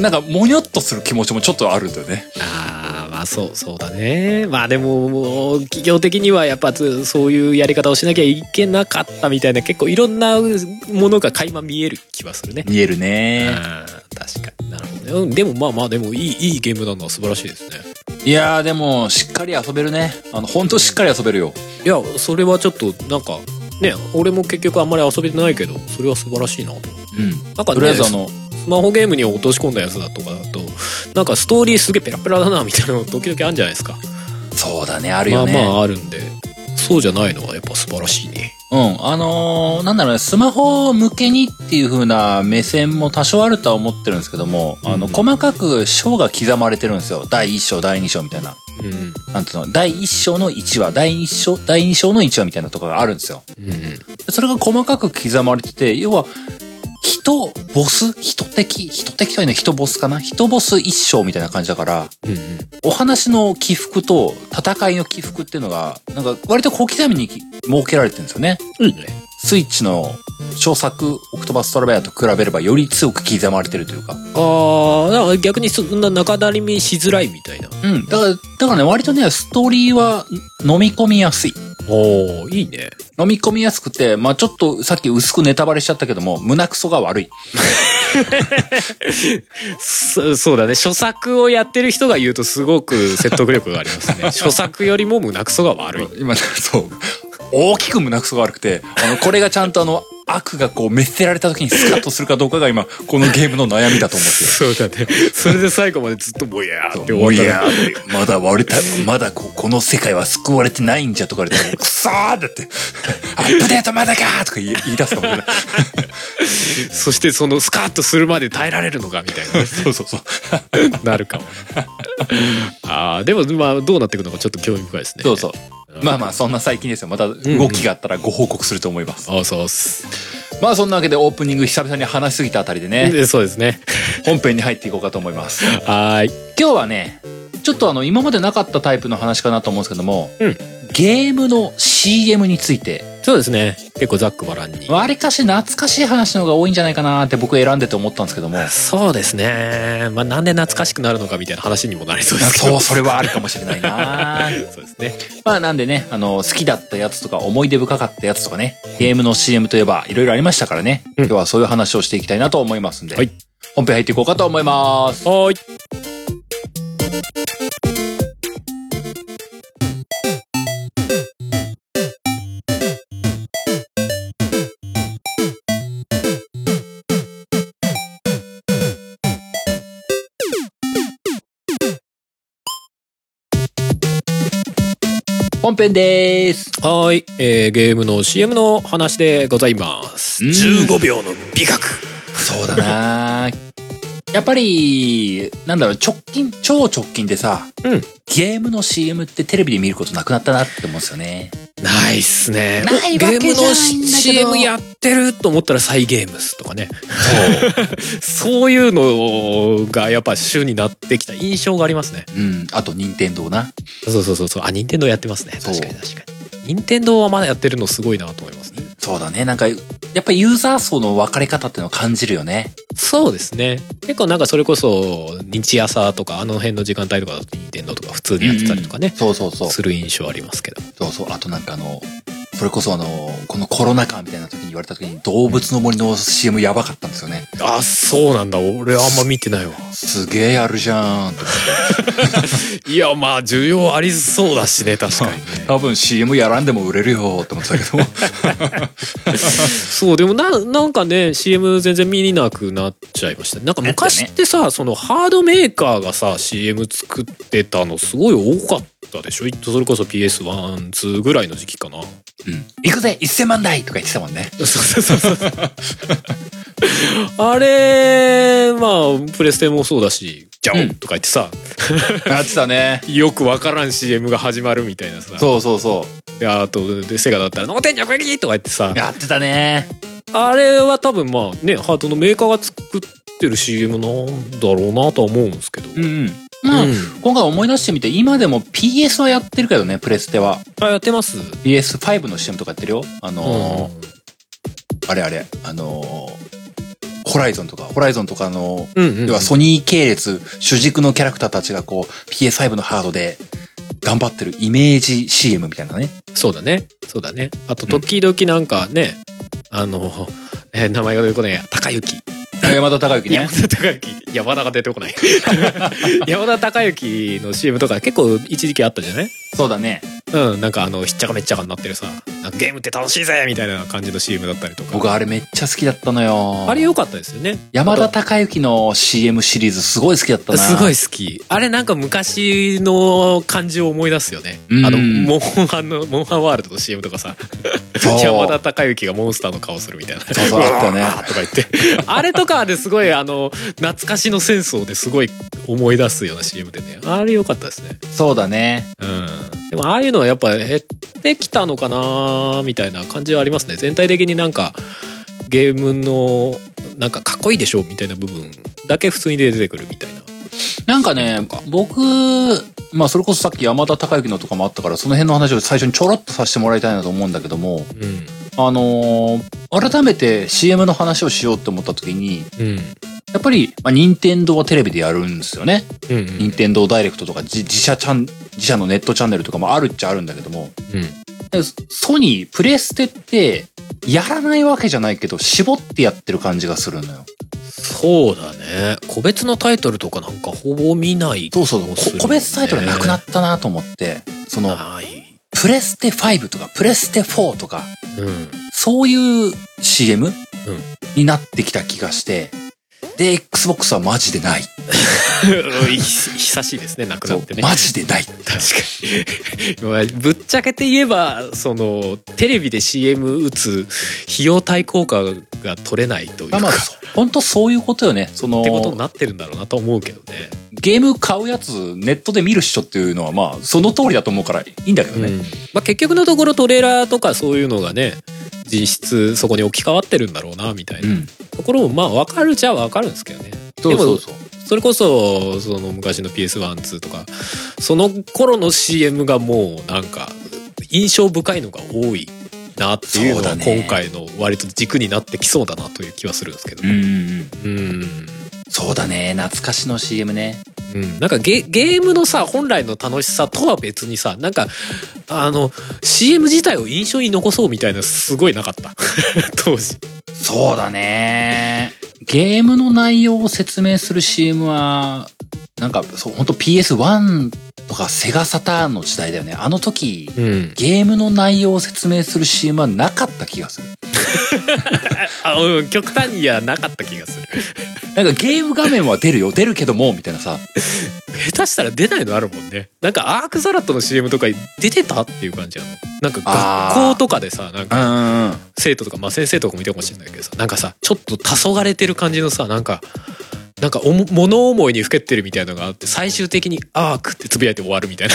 S1: なんか、もにょっとする気持ちもちょっとあるんだよね。
S2: ああまあそうそうだねまあでももう企業的にはやっぱつそういうやり方をしなきゃいけなかったみたいな結構いろんなうものが垣間見える気はするね、
S1: 見える
S2: うん、
S1: ね。
S2: 確かになるほどねうんでもまあまあでもいいいいゲームなのは素晴らしいですね
S1: いやー、でも、しっかり遊べるね。あの、ほんとしっかり遊べるよ。
S2: いやそれはちょっとなんかね俺も結局あんまり遊べてないけどそれは素晴らしいなと
S1: うん。
S2: なんか、ね、
S1: とりあえずあの、
S2: スマホゲームに落とし込んだやつだとかだとなんかストーリーすげえペラペラだなみたいなの時々あるんじゃないですか
S1: そうだね、あるよね。
S2: まあまああるんでそうじゃないのはやっぱ素晴らしいね
S1: うん。あのーなんだろうね、スマホ向けにっていう風な目線も多少あるとは思ってるんですけども、あの、
S2: うん
S1: 細かく章が刻まれてるんですよ。第1章、第2章みたいな。
S2: うん
S1: なんていうの、第1章の1話、第1章、第2章の1話みたいなところがあるんですよ。
S2: うん
S1: それが細かく刻まれてて、要は、人、ボス、人敵、人敵というのは人ボスかな人ボス一章みたいな感じだから、
S2: うん
S1: お話の起伏と戦いの起伏っていうのが、なんか割と小刻みに設けられてるんですよね。
S2: うんいいね
S1: スイッチの小作、オクトバストラベアと比べればより強く刻まれてるというか。
S2: ああだから逆にそんな中だりみしづらいみたいな
S1: うん。だから、だからね、割とね、ストーリーは飲み込みやすい。
S2: おーいいね
S1: 飲み込みやすくて、まあちょっとさっき薄くネタバレしちゃったけども、胸クソが悪い。
S2: そそうだね著作をやってる人が言うとすごく 説得力がありますね著作よりも胸くそが悪い
S1: 今、そう。大きく胸クソが悪くて、あの、これがちゃんとあの、悪がこう、滅せられた時にスカッとするかどうかが今、このゲームの悩みだと思って。
S2: そうだねそれで最後までずっともやーって
S1: もうい
S2: 終
S1: や、
S2: わっ
S1: まだ割れた、まだこうこの世界は救われてないんじゃとか言われて、くそーだって、アップデートまだかーとか言い言い出すかもね。
S2: たそしてそのスカッとするまで耐えられるのかみたい な
S1: そうそうそう。
S2: なるかも。ああ、でも、まあ、どうなっていくのかちょっと興味深いですね。
S1: そうそう。
S2: うん。
S1: まあまあ、そんな最近ですよ。また動きがあったらご報告すると思います。
S2: ああ、そうっす。
S1: まあそんなわけでオープニング久々に話しすぎたあたりでね、
S2: でそうですね。
S1: 本編に入っていこうかと思います。
S2: はーい。
S1: 今日はね、ちょっとあの、今までなかったタイプの話かなと思うんですけども、
S2: うん
S1: ゲームの CM について、
S2: そうですね。結構ざっくばらんに。
S1: わりかし懐かしい話の方が多いんじゃないかなって僕選んでて思ったんですけども、
S2: そうですね。まあ、なんで懐かしくなるのかみたいな話にもなりそうですけ
S1: そ
S2: ど。
S1: う、それはあるかもしれないな
S2: そうですね。
S1: まあなんでね、あの、好きだったやつとか思い出深かったやつとかね、ゲームの CM といえばいろいろありましたからね、
S2: うん
S1: 今日はそういう話をしていきたいなと思いますんで、
S2: はい
S1: 本編入っていこうかと思います。
S2: はーい。
S1: 本編でーす。
S2: はーい。えー、ゲームの CM の話でございます。
S1: うん
S2: 15秒の美学。
S1: そうだなやっぱり、なんだろう、直近、超直近でさ、
S2: うん
S1: ゲームの CM ってテレビで見ることなくなったなって思うんですよね。
S2: ないっすね。
S1: ないわけじゃないんだけ
S2: ゲーム
S1: ど
S2: の CM やってると思ったらサイゲームスとかね。そういうのがやっぱ主になってきた印象がありますね。
S1: うん。あと、任天堂な。
S2: そうそうそうそう。あ、任天堂やってますね。
S1: そう
S2: 確かに確かに。任天堂はまだやってるのすごいなと思いますね。
S1: そうだね。なんか、やっぱユーザー層の分かれ方っていうのを感じるよね。
S2: そうですね。結構なんかそれこそ日朝とかあの辺の時間帯とかだと任天堂とか普通にやってたりとかね。
S1: そうそうそう。
S2: する印象ありますけど。
S1: そうそう。あとなんかあの、それこそあの、このコロナ禍みたいな時に言われた時に動物の森の CM やばかったんですよね。
S2: あ、そうなんだ。俺あんま見てないわ。
S1: すげえあるじゃん。
S2: いや、まあ需要ありそうだしね、確かにね。
S1: 多分 CM やらんでも売れるよって思ってたけど。
S2: そうでもななんかね CM 全然見なくなっちゃいましたなんか昔ってさそのハードメーカーがさ CM 作ってたのすごい多かったでしょいそれこそ PS12 ぐらいの時期かな
S1: うん。行くぜ !1000 万台とか言ってたもんね。
S2: そうそうそうそうあれまああプレステもそうだし「ジャオン!」とか言ってさ、
S1: やってたね。
S2: よくわからん CM が始まるみたいなさ
S1: そうそうそ
S2: であとでセガだったら「脳天じゃこり!」とか言ってさ
S1: う。やってたね。
S2: あれは多分まあねハートのメーカーが作ってる CM なんだろうなとは思うんですけど、
S1: うんうん。まあ、
S2: うん
S1: 今回思い出してみて、今でも PS はやってるけどね、プレステは。
S2: あやってます、
S1: PS5 の CM とかやってるよ。あのー
S2: うん
S1: あれあれ、あのーホライゾンとか、ホライゾンとかの、
S2: うんうん、
S1: 要はソニー系列、主軸のキャラクターたちがこう、PS5 のハードで頑張ってるイメージ CM みたいなね。
S2: そうだね。そうだね。あと、時々なんかね、あの、えー名前が出てこない。高雪。
S1: 山田孝之
S2: 山
S1: ね。
S2: 田高雪。山田が出てこない。山田高雪の CM とか結構一時期あったじゃない
S1: そうだね。
S2: うん。なんかあの、ひっちゃかめっちゃかになってるさ、なんかゲームって楽しいぜみたいな感じの CM だったりとか。
S1: 僕あれめっちゃ好きだったのよ。
S2: あれ良かったですよね。
S1: 山田孝之の CM シリーズすごい好きだったな。
S2: すごい。好き。あれなんか昔の感じを思い出すよね。
S1: うん
S2: あの、モンハンの、モンハンワールドの CM とかさ、
S1: そう
S2: 山田孝之がモンスターの顔するみたいな。
S1: そうそう、あったよね。
S2: あーとか言って。あれとかですごい、あの、懐かしのセンスをね、すごい思い出すような CM でね。あれ良かったですね。
S1: そうだね。
S2: うん。でも、ああいうのはやっぱ減ってきたのかなみたいな感じはありますね。全体的になんか、ゲームの、なんかかっこいいでしょみたいな部分だけ普通に出てくるみたいな。
S1: なんかね、僕、まあそれこそさっき山田孝之のとかもあったから、その辺の話を最初にちょろっとさせてもらいたいなと思うんだけども、
S2: うん。
S1: あのー改めて CM の話をしようって思った時に、
S2: うん。
S1: やっぱり、まあ、任天堂はテレビでやるんですよね。
S2: うん。
S1: 任天堂ダイレクトとか自自社チャン、自社のネットチャンネルとかもあるっちゃあるんだけども、
S2: うん。
S1: でソニー、プレステって、やらないわけじゃないけど、絞ってやってる感じがするのよ。
S2: そうだね。個別のタイトルとかなんかほぼ見ない。
S1: そうそう、こ
S2: そうですね
S1: 個別タイトルなくなったなと思って、その、
S2: ない。
S1: プレステ5とか、プレステ4とか、
S2: うん。
S1: そういう CM、になってきた気がして、で、Xbox はマジでない。
S2: 久しいですね、なくなってね。
S1: マジでない。
S2: 確かに まあぶっちゃけて言えばそのテレビで CM 打つ費用対効果が取れないという
S1: ま
S2: か、
S1: あまあ
S2: っ、
S1: 本当そういうことよね。その
S2: て、ことになってるんだろうなと思うけどね。
S1: ゲーム買うやつ、ネットで見るっしょっていうのは、まあ、その通りだと思うからいいんだけどね。。
S2: まあ、結局のところトレーラーとかそういうのがね実質そこに置き換わってるんだろうなみたいうなんところもまあ分かるじゃ分かるんですけどね。
S1: そうそうそう。
S2: それこそその昔の PS12 とかその頃の CM がもうなんか印象深いのが多いなっていうの
S1: そ
S2: が
S1: うだね
S2: 今回の割と軸になってきそうだなという気はするんですけど
S1: うんうんうん。
S2: うん、
S1: そうだね。懐かしの CM ね。
S2: うんなんかゲゲームのさ本来の楽しさとは別にさなんかあの CM 自体を印象に残そうみたいなすごいなかった 当時
S1: そうだね。ゲームの内容を説明する CM は、なんか、そう、本当 PS1 とかセガサターンの時代だよね。あの時、
S2: うん
S1: ゲームの内容を説明する CM はなかった気がする。
S2: あうん極端にはなかった気がする
S1: なんかゲーム画面は出るよ、出るけども、みたいなさ。
S2: 下手したら出ないのあるもんねなんかアークザラットの CM とか出てたっていう感じなのなんか
S1: あー
S2: 学校とかでさなん
S1: う
S2: か
S1: んうん。
S2: 生徒とかまあ先生とかも見たかもしれないけどさなんかさちょっと黄昏れてる感じのさなんかなんかおも物思いにふけってるみたいなのがあって最終的に「アーク」ってつぶやいて終わるみたいな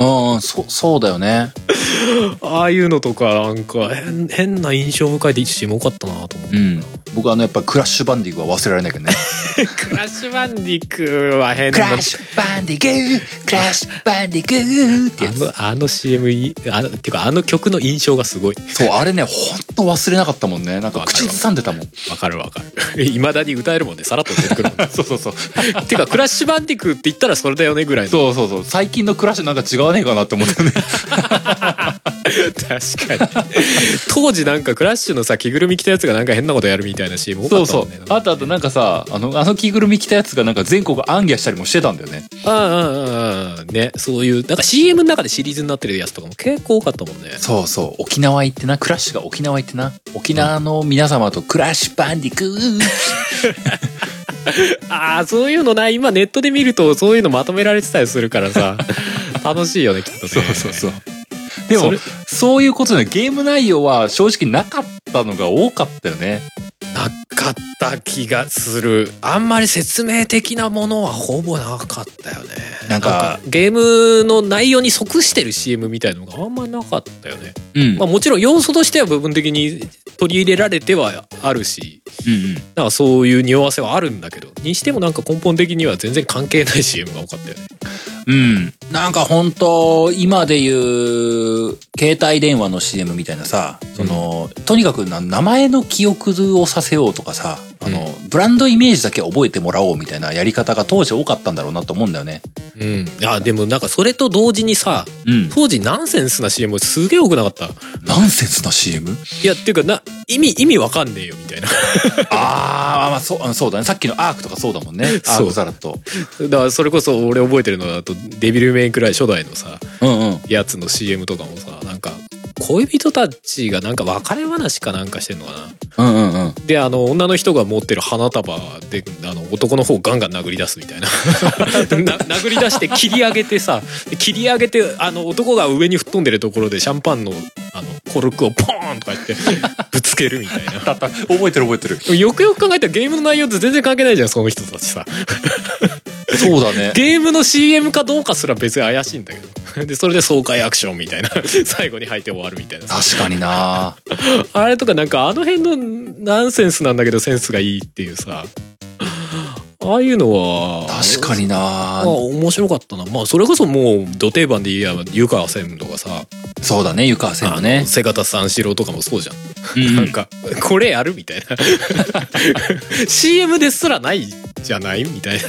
S1: うんうん、そう、そうだよね。
S2: ああいうのとかなんか変変な印象深いで一時も多かったなと思って、
S1: うん。僕あの、やっぱクラッシュバンディングは忘れられないけどね。
S2: クラッシュバンディクは 変
S1: ク
S2: な
S1: ラッシュバンディングクラッシュバンディングって
S2: あ
S1: やつ。
S2: のあの CM いあのっていうかあの曲の印象がすごい
S1: そう、あれね、ほんと忘れなかったもんね。なんか口ずさんでたもん。
S2: わかるわかる。 いまだに歌えるもんね、さらっと出てくるもん、ね。
S1: そうそうそう。
S2: てか、クラッシュバンディクって言ったらそれだよねぐらいの。
S1: そうそうそう。最近のクラッシュなんか違わねえかなって思ったね。
S2: 確かに。当時なんかクラッシュのさ、着ぐるみ着たやつがなんか変なことやるみたいな CM 多か
S1: そう
S2: った
S1: そ
S2: も
S1: うん
S2: ね。。
S1: あとあとなんかさ、あの、あの着ぐるみ着たやつがなんか全国暗夜したりもしてたんだよね。
S2: うんうんうんうん。ね、そういう、なんか CM の中でシリーズになってるやつとかも結構多かったもんね。
S1: そうそう。沖縄行ってな、クラッシュが沖縄行ってな。沖縄の皆様とクラッシュバンディクー
S2: ああ、そういうのな、今ネットで見るとそういうのまとめられてたりするから さ、楽しいよね、きっとね。
S1: そうそうそう。で
S2: そ
S1: も
S2: れ
S1: そ、ういうことね、ゲーム内容は正直なかったのが多かったよね。
S2: なかった気がするあんまり説明的なものはほぼなかったよね
S1: なんか
S2: ゲームの内容に即してる CM みたいのがあんまなかったよね、
S1: うん
S2: まあ、もちろん要素としては部分的に取り入れられてはあるし
S1: うん
S2: なんかそういう匂わせはあるんだけどにしてもなんか根本的には全然関係ない CM が多かったよね
S1: うん。うん。なんか本当今で言う、携帯電話の CM みたいなさ、その、とにかくな名前の記憶をさせようとかさ、あの、ブランドイメージだけ覚えてもらおうみたいなやり方が当時多かったんだろうなと思うんだよね。
S2: うん、いやでもなんかそれと同時にさ
S1: うん。
S2: 当時ナンセンスな CM すげえ多くなかった
S1: ナンセンスな CM?
S2: いやっていうかな意味意味わかんねえよみたいな
S1: あー、まあそう、うんそうだね。さっきのアークと かそうだもんね。アークザラット。
S2: だからそれこそ俺覚えてるのだとデビルメイクライ初代のさ
S1: うんうん。
S2: やつの CM とかもさなんか恋人たちがなんか別れ話かなんかしてんのかな
S1: うんうんうん。
S2: であの女の人が持ってる花束であの男の方をガンガン殴り出すみたいな な殴り出して切り上げてさで切り上げてあの男が上に吹っ飛んでるところでシャンパンのあのコルクをポーンとかやってぶつけるみたいな
S1: 覚えてる覚えてる。
S2: よくよく考えたらゲームの内容と全然関係ないじゃんその人たちさ
S1: そうだ ね。
S2: ゲームの CM かどうかすら別に怪しいんだけど でそれで爽快アクションみたいな 最後に入って終わるみたいなさ
S1: 確かに な
S2: あれとかなんかあの辺のナンセンスなんだけどセンスがいいっていうさ。ああいうのは。
S1: 確かに
S2: ま
S1: な
S2: あ面白かったな。まあそれこそもう土定番で言えば湯川専とかさ。
S1: そうだね、湯川専務
S2: あ
S1: ね
S2: の。瀬形三四郎とかもそうじゃん。
S1: うん
S2: なんか、これやるみたいな。CM ですらないじゃないみたいな。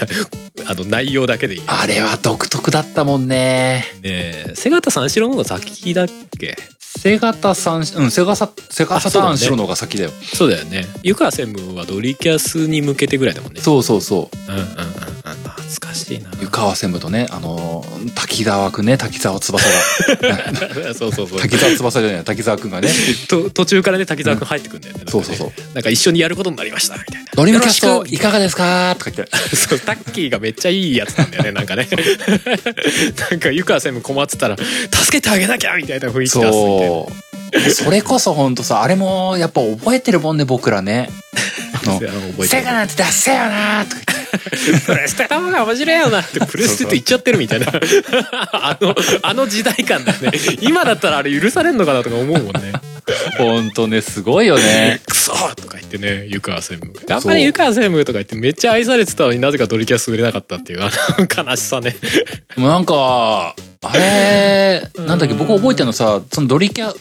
S2: あの内容だけでいい。
S1: あれは独特だったもんね。
S2: ねえ瀬形三四郎の方が先だっけ
S1: セガタさん、うん、セガサ、セガサターン白の方が先だよ。
S2: そうだよね。湯川専務はドリキャスに向けてぐらいだもんね。
S1: そうそうそう。
S2: うんうんうんうん。懐かしいな。
S1: 湯川専務とね、あのー、滝沢くんね、滝沢翼 が。
S2: そうそうそう。
S1: 滝沢翼じゃない、滝沢くんがね。
S2: と途中からね滝沢くん入ってくんだよね。なんか
S1: そ
S2: ね
S1: うそうそう。
S2: なんか一緒にやることになりましたみたいな。
S1: ドリームキャス
S2: よろ
S1: ト
S2: しく
S1: いかがですかとか言って。
S2: そう タッキーがめっちゃいいやつなんだよねなんかね。なんか湯川専務困ってたら助けてあげなきゃみたいな雰囲気出すみたいな。
S1: そう。それこそほんとさ、あれもやっぱ覚えてるもんね、僕らね。あ の
S2: あ、の覚えて
S1: セガ
S2: る
S1: なんて出せよなーとか言って。
S2: プレステの方が面白いよなって プレステって言っちゃってるみたいなあのあの時代感だね今だったらあれ許されんのかなとか思うもんね
S1: ほんとね、すごいよね。
S2: クソとか言ってね、湯川専務。頑張れ湯川専務とか言ってめっちゃ愛されてたのになぜかドリキャス売れなかった っていうあの悲しさね。
S1: でもなんか、あれ、なんだっけ、僕覚えてるのさ、そのドリキャ、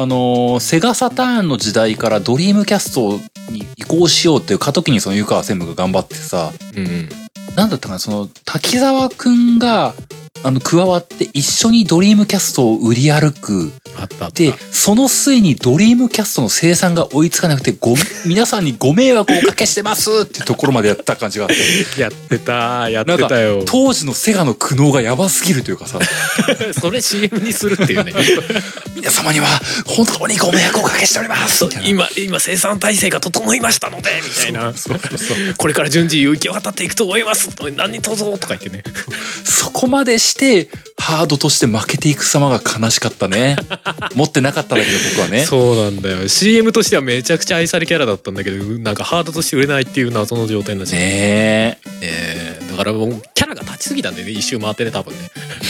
S1: あのー、セガサターンの時代からドリームキャストに移行しようっていう過渡期にその湯川専務が頑張ってさ、
S2: うん。
S1: なんだったかな、その、滝沢くんが、あの、加わって一緒にドリームキャストを売り歩く。
S2: あったあった。
S1: で、その末にドリームキャストの生産が追いつかなくて、ご、皆さんにご迷惑をおかけしてますっていうところまでやった感じがあって。
S2: やってた、やっ
S1: な
S2: て
S1: んか
S2: たよ、。
S1: 当時のセガの苦悩がやばすぎるというかさ。
S2: それ CM にするっていう ね。
S1: 皆様には本当にご迷惑をおかけしておりますみたいな
S2: 今、今生産体制が整いましたので、みたいな。これから順次有機を渡っていくと思います。何とぞとか言ってね。
S1: そこまでしてハードとして負けていく様が悲しかったね 持ってなかったんだけど僕はね
S2: そうなんだよ。CM としてはめちゃくちゃ愛されキャラだったんだけど、なんかハードとして売れないっていう謎の状態になっちゃった
S1: ねえ
S2: えーだからもうキャラが立ちすぎたんだよね一周回ってね多分ね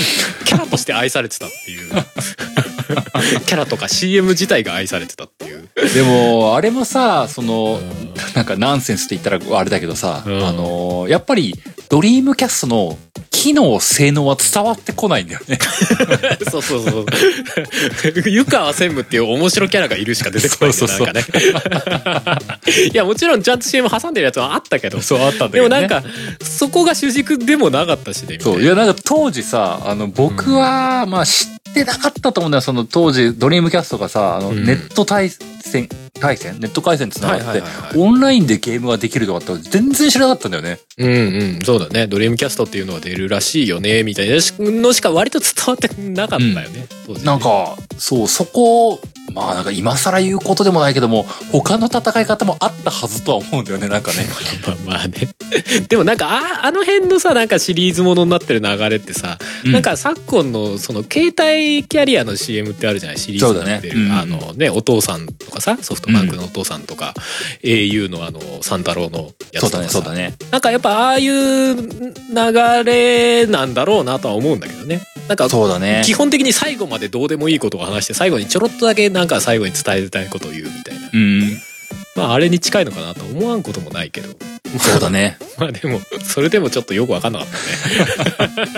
S2: キャラとして愛されてたっていう キャラとか CM 自体が愛されてたっていう
S1: でもあれもさその
S2: ん
S1: なんかナンセンスって言ったらあれだけどさ、
S2: うん
S1: あのやっぱりドリームキャストの機能性能は伝わってこないんだよね
S2: そうそうそうそう 湯川専務っていう面白キャラがいるしか出てこないん
S1: そ
S2: だ
S1: う
S2: よ
S1: そうそう
S2: なんかね いやもちろんちゃんと CM 挟んでるやつはあったけど
S1: そうあったん
S2: でもなんかそこが主軸でもなかったしねみたいな
S1: そういやなんか当時さあの僕は、まあ知ってなかったと思うんだよその当時ドリームキャストがさあの、
S2: うん
S1: ネット対戦対戦ネット回線つながって、
S2: はいはいはいはい
S1: オンラインでゲームができるとかって全然知らなかったんだよね
S2: うんうんそうだねドリームキャストっていうのは出るらしいよねみたいなのしか割と伝わってなかったよね、当時ね
S1: なんかそうそこまあなんか今更言うことでもないけども、他の戦い方もあったはずとは思うんだよね、なんかね。
S2: まあ まあねでもなんかああの辺のさなんかシリーズものになってる流れってさ、
S1: うん
S2: なんか昨今のその携帯キャリアの CM ってあるじゃないシリーズになってる、
S1: そうだね
S2: あのねお父さんとかさソフトバンクのお父さんとか、au のあの三太郎のやつ
S1: そ
S2: と
S1: うだ
S2: か
S1: ね、
S2: さ
S1: そうだね。
S2: なんかやっぱああいう流れなんだろうなとは思うんだけどねなんか
S1: そうだね。
S2: 基本的に最後までどうでもいいことを話して最後にちょろっとだけなんか最後に伝えたいことを言うみたいな、
S1: うん。
S2: まあ、あれに近いのかなと思わんこともないけど
S1: そうだね。
S2: まあでもそれでもちょっとよく分かんなかった ね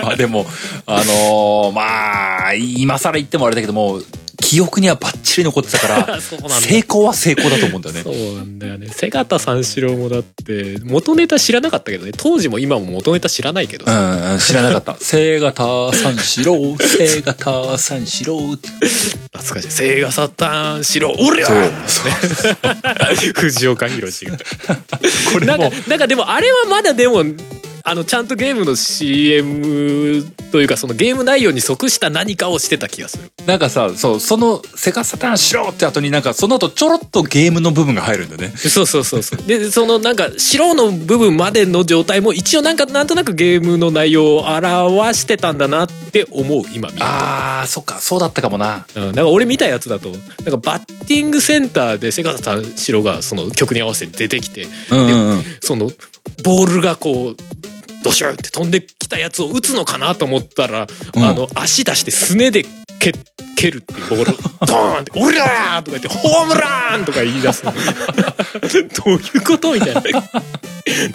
S1: まあでも、あのーまあ、今更言ってもあれだけども、記憶にはバッチリ残ってた か
S2: そうなん
S1: ら、
S2: だ
S1: 成功は成功だと思うんだよね。
S2: そうなんだよね瀬形三四郎もだって元ネタ知らなかったけどね当時も今も元ネタ知らないけど
S1: う
S2: さ、
S1: んうん、知らなか った。セガタ三四郎、セガタ三四郎って。
S2: 懐かしい「瀬形三四郎俺は!」 藤岡弘が
S1: これ
S2: なん
S1: も
S2: か、なんかでもあれはまだでもあのちゃんとゲームの CM というかそのゲーム内容に即した何かをしてた気がする
S1: なんかさ、そう、その、セガサタンしろって後になんか、その後ちょろっとゲームの部分が入るんだよね。
S2: そうそうそうそうでそのなんか白の部分までの状態も一応なんかなんとなくゲームの内容を表してたんだなって思う今見ると
S1: あー、そっか、そうだったかもな。
S2: うん、なんか俺見たやつだとなんかバッティングセンターで瀬川さん白がその曲に合わせて出てきて
S1: うんうんうん。
S2: そのボールがこうドシュンって飛んできたやつを打つのかなと思ったら、
S1: うん
S2: あの足出してすねで蹴蹴るっていうボ ールをドーンって「オラー!」とか言って「ホームラン!」とか言い 出すどういうことみたいな。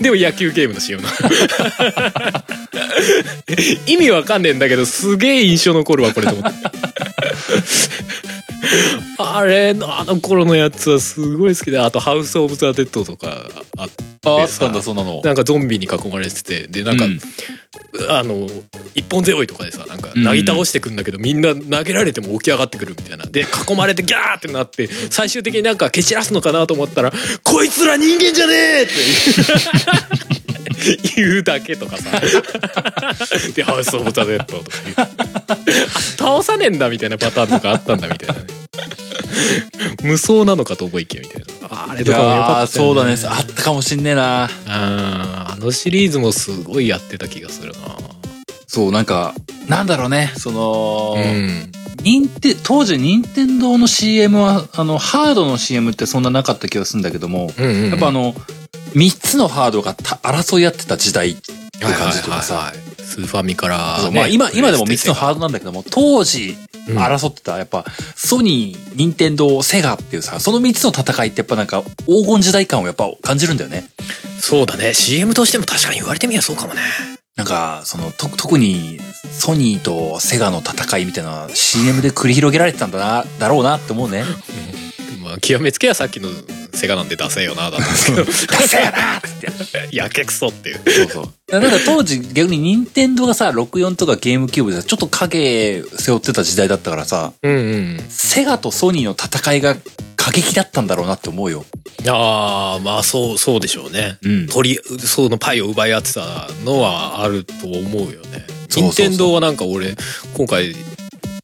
S2: でも野球ゲームの CM な意味わかんねえんだけどすげえ印象残るわこれ と思ってあれのあの頃のやつはすごい好きであと「ハウス・オブ・ザ・デッド」とかあって
S1: あ
S2: でさ
S1: ったんだ、そんなの。
S2: なんかゾンビに囲まれててでなんか、
S1: うん
S2: あの一本背負いとかでさなんか
S1: うん
S2: 投げ倒してくんだけど、みんな投げられても起き上がってくるみたいなで囲まれてギャーってなって最終的になんか蹴散らすのかなと思ったら「こいつら人間じゃねえ!」って言う 言うだけとか さ「でハウス・オブ・ザ・デッド」とか言うあ倒さねえんだみたいなパターンとかあったんだみたいなね無双なのかと思いきやみたいなあれ
S1: い
S2: とかもよ
S1: や
S2: か
S1: ー
S2: ったよ
S1: そうだね。あったかもしんねえな。
S2: あーあのシリーズもすごいやってた気がするな。
S1: そう、なんか、なんだろうね、その、
S2: うん。
S1: 任天当時、任天堂の CM は、あの、ハードの CM ってそんななかった気がするんだけども、
S2: うんうんうん、
S1: やっぱあの、3つのハードがた争い合ってた時代って感じとか
S2: はいは
S1: さ
S2: い、はいはいスーファミから、
S1: そう
S2: ね
S1: まあ今、今でも3つの
S2: プ
S1: ハードなんだけども、当時
S2: レステうん
S1: 争ってた、やっぱ、ソニー、任天堂、セガっていうさ、その3つの戦いってやっぱなんか黄金時代感をやっぱ感じるんだよね。
S2: そうだね。CM としても確かに言われてみりゃそうかもね。
S1: なんか、その、と、特に、ソニーとセガの戦いみたいな CM で繰り広げられてたんだな、だろうなって思うね。
S2: まあ極めつけはさっきのセガなんてダセえよな、だったんだけ
S1: ダセやなっつって。
S2: ど、 やけくそっていう。
S1: そうそう。だから当時、逆に任天堂がさ、64とかゲームキューブでさ、ちょっと影背負ってた時代だったからさ、
S2: うんうん。
S1: セガとソニーの戦いが過激だったんだろうなって思うよ。
S2: ああ、まあそう、そうでしょうね。
S1: うん
S2: 鳥、そのパイを奪い合ってたのはあると思うよね。
S1: そうそうそう
S2: 任天堂はなんか俺、今回、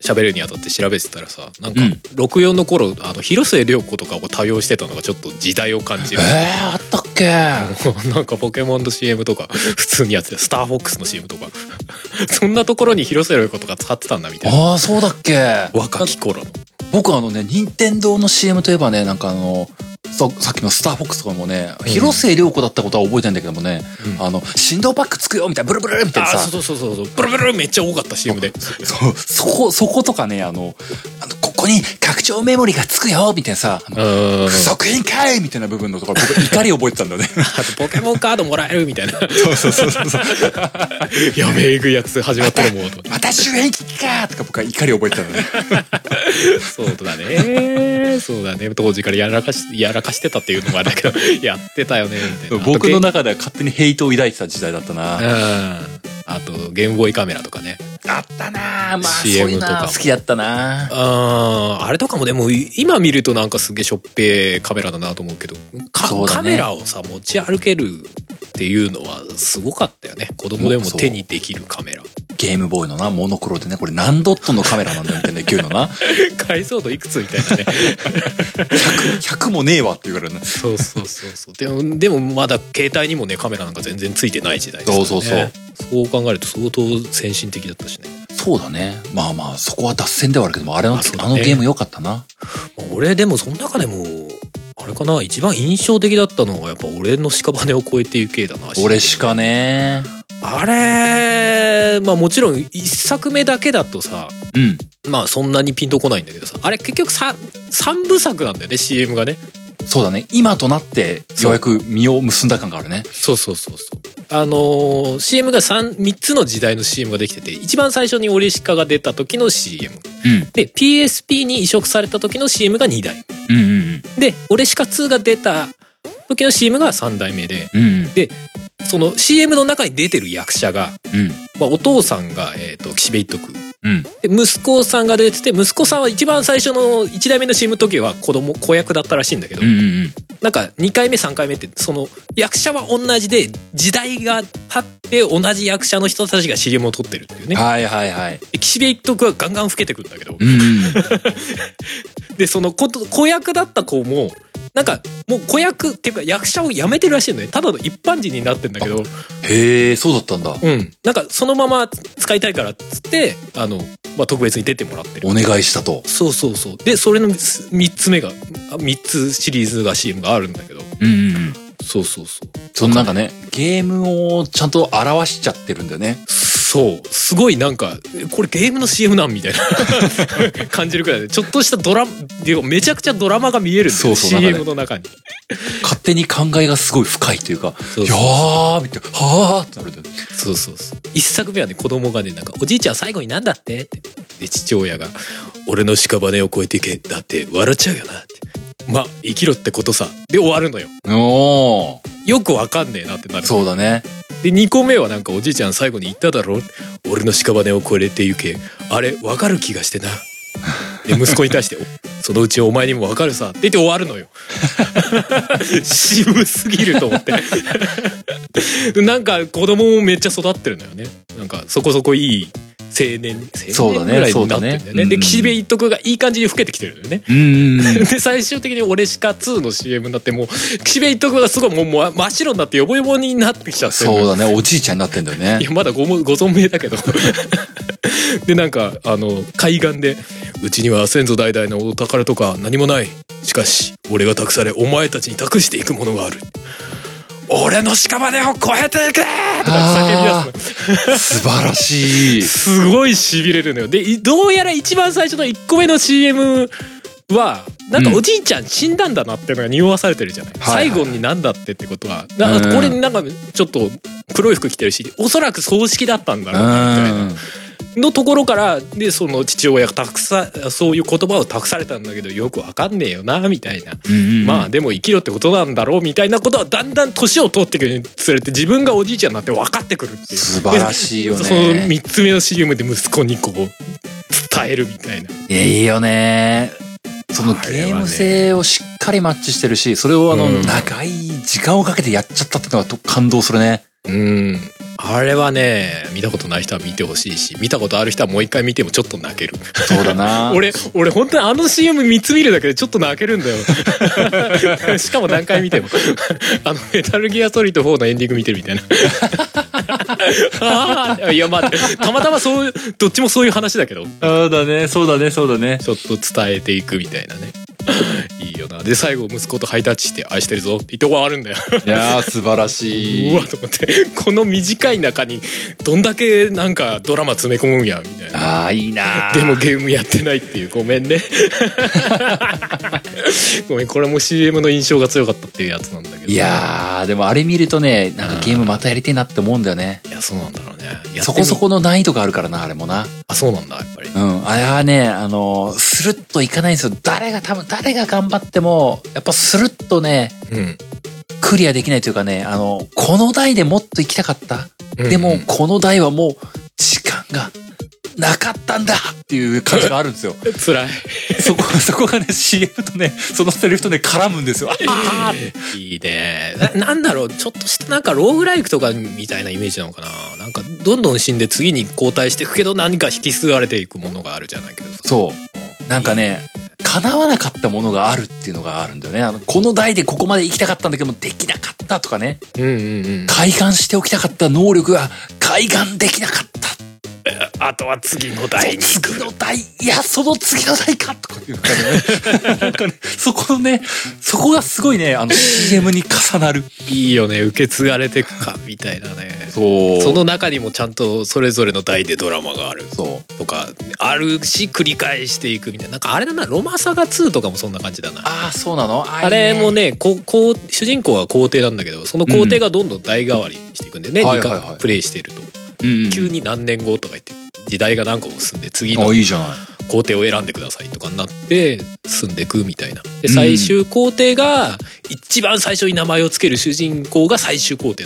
S2: 喋るにあたって調べてたらさなんか
S1: うん
S2: 64の頃、あの広末涼子とかを多用してたのがちょっと時代を感じ
S1: え
S2: る、
S1: あったっけ
S2: なんかポケモンの CM とか普通にやってたスターフォックスの CM とか そんなところに広末涼子とか使ってたんだみたいな
S1: ああ、そうだっけ
S2: 若き頃の
S1: 僕あのね、任天堂の CM といえばね、なんかあの、そさっきのスターフォックスとかもね、
S2: ん
S1: 広末涼子だったことは覚えてんだけどもね、
S2: うん
S1: あの、振動パックつくよみたいな、ブルブルみたい
S2: あ
S1: な
S2: ー
S1: さ、
S2: そうそうそうそうブルブルめっちゃ多かった CM で
S1: そうそこ、そことかね、あの、あのここに拡張メモリがつくよみたいなさ、あの
S2: うん
S1: 不足変かいみたいな部分のところ、僕怒り覚えてたんだよね。
S2: あとポケモンカードもらえるみたいな
S1: そうそうそうそう。
S2: やべええぐいやつ始まってるもんと
S1: また周辺機器かとか僕は怒り覚えてたんだね。
S2: そうだねそうだね当時からやらかしやらかしてたっていうのもあれだけど やってたよねみたいな
S1: 僕の
S2: あと
S1: 中では勝手にヘイトを抱いてた時代だったな。
S2: ゲうんあとゲームボーイカメラとかね
S1: あったなあまあ、そう
S2: CM
S1: いうのは
S2: とかも
S1: 好きだったな
S2: あーあれとかもでもい今見るとなんかすげえしょっぺーカメラだなと思うけどか
S1: そうだね
S2: カメラをさ持ち歩けるっていうのはすごかったよね子供でも
S1: そう
S2: 手にできるカメラ
S1: 昨ゲームボーイのな、モノクロでね、これ何ドットのカメラなんだみたいな勢いのな、
S2: 解像度いくつみたいなね
S1: 100, 100もねえわって言うからいね。
S2: そうそうそうそうでもでもまだ携帯にもねカメラなんか全然ついてない時代ですから、ね、
S1: そうそう
S2: そう考えると相当先進的だったしね
S1: そうだね。まあまあ、そこは脱線ではあるけども、あれの、
S2: あそうだ
S1: あ
S2: ね
S1: のゲーム良かったな。
S2: まあ俺でもその中でもあれかな一番印象的だったのはやっぱ俺の屍を越えてゆけだな
S1: 俺しかね
S2: あれまあもちろん一作目だけだとさ
S1: うん。
S2: まあそんなにピンとこないんだけどさあれ結局 3, 三部作なんだよね CM がね
S1: そうだね。今となって、ようやく身を結んだ感があるね。
S2: そうそうそうそうあのー CM が 3, 三つの時代の CM ができてて一番最初にオレシカが出た時の CM
S1: うん。
S2: で PSP に移植された時の CM が2台
S1: うんうん
S2: でオレシカ2が出た時の CM が3代目で
S1: うん。うん
S2: その CM の中に出てる役者が、
S1: うん。
S2: まあ、お父さんが、えー、と岸辺一徳
S1: うん。
S2: で息子さんが出てて息子さんは一番最初の1代目の CM の時は子供子役だったらしいんだけど、
S1: うんうん
S2: なんか2回目3回目ってその役者は同じで時代が経って同じ役者の人たちが CM を撮ってるっていう
S1: うん。
S2: ね
S1: はいはいはい。
S2: で岸辺一徳はガンガン老けてくんだけど
S1: うんうん。
S2: でその子と子役だった子もなんかもう子役っていうか役者を辞めてるらしいのねただの一般人になってんだけど
S1: へえ、そうだったんだ。
S2: うん、なんかそのまま使いたいからっつってあの、まあ、特別に出てもらってる
S1: お願いしたと。
S2: そうそうそうでそれの3つ目が3つシリーズが CM があるんだけど
S1: うんうんうん。
S2: そうそうそう
S1: そのなんかね、ゲームをちゃんと表しちゃってるんだよね。
S2: そうすごいなんかえこれゲームの CM なんみたい な感じるくらいでちょっとしたドラでめちゃくちゃドラマが見えるんだよ
S1: そうそう
S2: CM の中に
S1: 勝手に考えがすごい深いというか、
S2: そう
S1: いや
S2: そ
S1: ー
S2: う
S1: みたいな、はーってなるんだよね。
S2: そうそうそう1作目はね子供がねなんか「おじいちゃん最後になんだって?」ってで父親が「俺の屍を越えていけだって笑っちゃうよな」って「まあ生きろってことさ」で終わるのよ
S1: おー
S2: よくわかんねえなってなる
S1: そうだね。
S2: で2個目はなんかおじいちゃん最後に言っただろ俺の屍を越えてゆけあれわかる気がしてなで息子に対しておそのうちお前にもわかるさって言って終わる のよ渋すぎると思ってなんか子供もめっちゃ育ってるのよねなんかそこそこいい青年青
S1: そうだね
S2: 年ぐらいになってるんだ
S1: そうだ
S2: よ
S1: ね
S2: ね
S1: うん
S2: で岸辺一徳がいい感じに老けてきてるのよね
S1: うんうんうん。
S2: で最終的に「俺しか2」の CM になってもう岸辺一徳がすごいもうもう真っ白になってヨボヨボになってきちゃってる
S1: そうだね、おじいちゃんになってんだよね
S2: い。やまだごもご存命だけど でなんかあの海岸で「うちには先祖代々のお宝とか何もないしかし俺が託されお前たちに託していくものがある」俺の屍を越えていくとか叫び出すの
S1: 素晴らしい。
S2: すごいしびれるのよでいどうやら一番最初の1個目の CM はなんか
S1: うん
S2: おじいちゃん死んだんだなっていうのが匂わされてるじゃない、
S1: はいはい
S2: 最後になんだってってことはな
S1: うん
S2: これなんかちょっと黒い服着てるしおそらく葬式だったんだ
S1: う。
S2: なみたいなんのところからでその父親がたくさんそういう言葉を託されたんだけどよくわかんねえよなみたいな、まあでも生きろってことなんだろうみたいなことはだんだん年を取ってくるにつれて自分がおじいちゃんになって分かってくるっていう
S1: 素晴らしいよね
S2: でその3つ目の CM で息子にこう伝えるみたいない
S1: や、いいよね。その
S2: あれはね
S1: ゲーム性をしっかりマッチしてるし、それをあの、
S2: うん
S1: 長い時間をかけてやっちゃったってのがと感動するね。
S2: うんあれはね見たことない人は見てほしいし見たことある人はもう一回見てもちょっと泣ける
S1: そうだ な。
S2: 俺俺本当にあの CM3 つ見るだけでちょっと泣けるん だよしかも何回見て もあの「メタルギアソリッド4」のエンディング見てるみたいなあ ーいやまあたまたまそういうどっちもそういう話だけど
S1: そうだね、そうだね、そうだね。
S2: ちょっと伝えていくみたいなねいいよなで最後息子とハイタッチして「愛してるぞ」って言って終わるんだよ
S1: いやー、素晴らし
S2: う
S1: い
S2: わ。と思って この短い中にどんだけなんかドラマ詰め込むんやみたいな
S1: ああ、いいなー
S2: でもゲームやってないっていうごめんね ごめんこれも CM の印象が強かったっていうやつなんだけど
S1: いやー、でもあれ見るとね、なんかゲームまたやりてえなって思うんだよね。
S2: いやそうなんだろうねやってみ
S1: そこそこの難易度があるからな、あれもな。
S2: あそうなんだやっぱり
S1: うん。あれはね、あのー、スルッといかないんですよ。誰が多分、誰が頑張っても、やっぱスルッとね、
S2: うん、
S1: クリアできないというかね、あの、この台でもっと行きたかった。
S2: うん
S1: でも、この台はもう、時間が、なかったんだっていう感じがあるんです よ。
S2: つらい
S1: そこ、そこがね、CM とね、そのセリフとね、絡むんですよ。
S2: いいねななんだろうちょっとしたなんかローグライクとかみたいなイメージなのかななんかどんどん死んで次に交代していくけど何か引き継がれていくものがあるじゃないけどさ
S1: そう。なんかね、叶わなかったものがあるっていうのがあるんだよね。あのこの代でここまで行きたかったんだけども、できなかったとかね。
S2: うんうんうん
S1: 開眼しておきたかった能力が、開眼できなかった。
S2: あとは次の代に行
S1: 次
S2: く
S1: の代、いや、その次の代かとかいうかね。 なんかね、そこのね、そこがすごいね、あの CM に重なる。
S2: いいよね受け継がれてくかみたいなね
S1: そう
S2: その中にもちゃんとそれぞれの代でドラマがある
S1: そう。
S2: とかあるし繰り返していくみたいななんかあれだな「ロマサガ2」とかもそんな感じだな
S1: ああ、そうなの
S2: あれも
S1: ね、
S2: ねこうこう主人公は皇帝なんだけどその皇帝がどんどん代替わりしていくんでね、
S1: うん
S2: 二回
S1: はいはいはい
S2: プレイしてると
S1: うん
S2: 急に何年後とか言って時代が何個も進んで次
S1: あ、
S2: の
S1: いいじゃない。
S2: 皇帝を選んでくださいとかになって進んでいくみたいなで
S1: うん
S2: 最終皇帝が一番最初に名前を付ける主人公が最終皇帝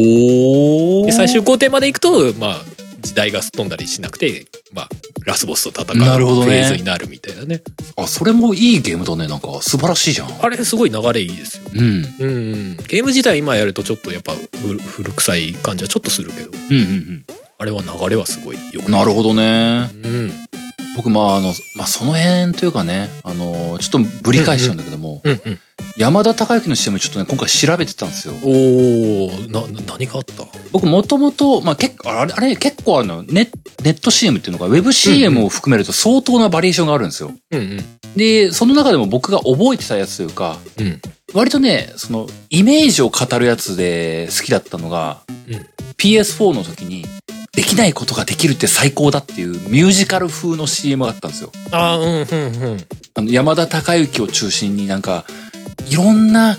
S1: ほ
S2: で最終工程まで行くとまあ時代がすっ飛んだりしなくて、まあ、ラスボスと戦う
S1: なるほどね
S2: フェーズになるみたいなね
S1: あ、それもいいゲームだね。なんか、素晴らしいじゃん。
S2: あれすごい流れいいですよ、
S1: うん。うん
S2: うんうん、ゲーム自体今やるとちょっとやっぱ古古臭い感じはちょっとするけど
S1: うん
S2: あれは流れはすごいよ
S1: う
S2: く
S1: ん。なるほどね。
S2: ど、うん、
S1: 僕、まあ、あの、まあ、その辺というかね、あの、ちょっとぶり返しちゃうんだけども、
S2: うんうん
S1: 山田孝之の CM ちょっとね、今回調べてたんですよ。
S2: おーなな何があった
S1: 僕もともと、まあ、結構、あれ、あれ結構あの、ネネット CM っていうのが、ウェブ CM を含めると相当なバリエーションがあるんですよ。
S2: うんうん
S1: で、その中でも僕が覚えてたやつというか、
S2: うん
S1: 割とね、その、イメージを語るやつで好きだったのが、
S2: うん
S1: PS4 の時に、できないことができるって最高だっていうミュージカル風の CM があったんですよ。
S2: あーうんうんうん
S1: あの、山田孝之を中心になんか、いろんな、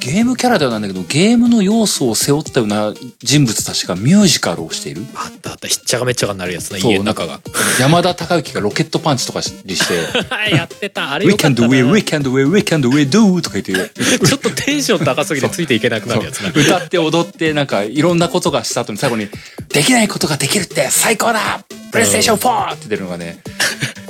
S1: ゲームキャラではないんだけど、ゲームの要素を背負ったような人物たちがミュージカルをしている。
S2: あったあったひっちゃかめっちゃかになるやつな
S1: そう
S2: 家の中が
S1: 山田孝之がロケットパンチとかし して、
S2: やってたあれ
S1: We
S2: よか
S1: can
S2: った
S1: do
S2: な
S1: it, we can do it, we can do it, do とか言って、
S2: ちょっとテンション高すぎてついていけなくなるやつな
S1: 歌って踊って、なんかいろんなことがした後に最後に、できないことができるって最高だプレイステーション 4! って出るのがね。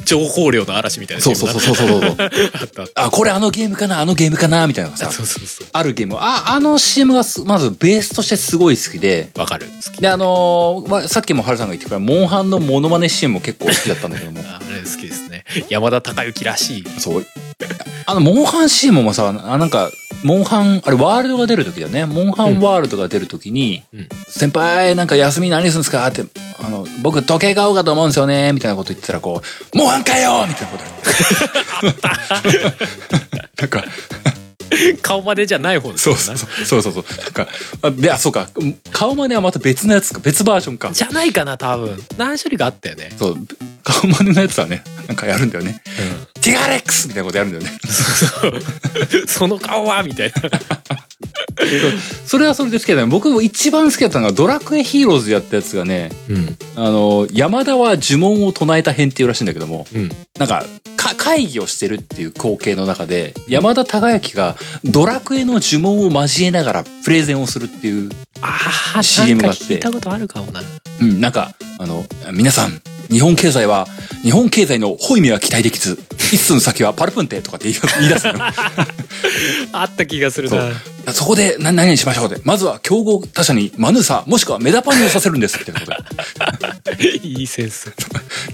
S2: 情報量の嵐みたいな
S1: そうそうそうそうそうそう。
S2: あったあった
S1: あ、これあのゲームかなあのゲームかなみたいなのがさ、
S2: そうそうそう
S1: あるゲーム。あ、あの CM がすまずベースとしてすごい好きで、
S2: わかる好き
S1: で、あのーまあさっきも春さんが言ってくれた、モンハンのモノマネ CM も結構好きだったんだけども。
S2: ああれ好きですね山田孝之らしい
S1: そう。あの、モンハン CM もさ、あなんか、モンハン、あれ、ワールドが出るときだよね。モンハンワールドが出るときに、
S2: うん
S1: 先輩、なんか休み何するんですかって、あの、僕、時計買おうかと思うんですよね、みたいなこと言ってたら、こう、モンハンかよみたいなことあ った。なんか、
S2: 顔までじゃない方です
S1: そ
S2: よ
S1: う
S2: な
S1: そうそう、そうそうそう。なんか、あ、で、あ、そうか、顔真似はまた別のやつか、別バージョンか。
S2: じゃないかな多分何種類かあったよね
S1: そう、顔真似のやつはね、なんかやるんだよね。ティガレックスみたいなことやるんだよね。
S2: その顔はみたいな
S1: それはそれですけどね、僕も一番好きだったのが、ドラクエヒーローズやったやつがね、
S2: うん
S1: あの、山田は呪文を唱えた編っていうらしいんだけども、
S2: うん
S1: なんか、か会議をしてるっていう光景の中で、山田孝之がドラクエの呪文を交えながらプレゼンをするっていう、
S2: ああ
S1: CM があって
S2: 聞いたことあるかもな
S1: うん、なんか、あの、皆さん、日本経済は、日本経済の本意味は期待できず、一寸先はパルプンテとかって言い言い出すのよ。
S2: あった気がする
S1: そ
S2: な
S1: うそこで何々しましょうで、まずは競合他社にマヌーサ、もしくはメダパニをさせるんですってことで。
S2: いいセンス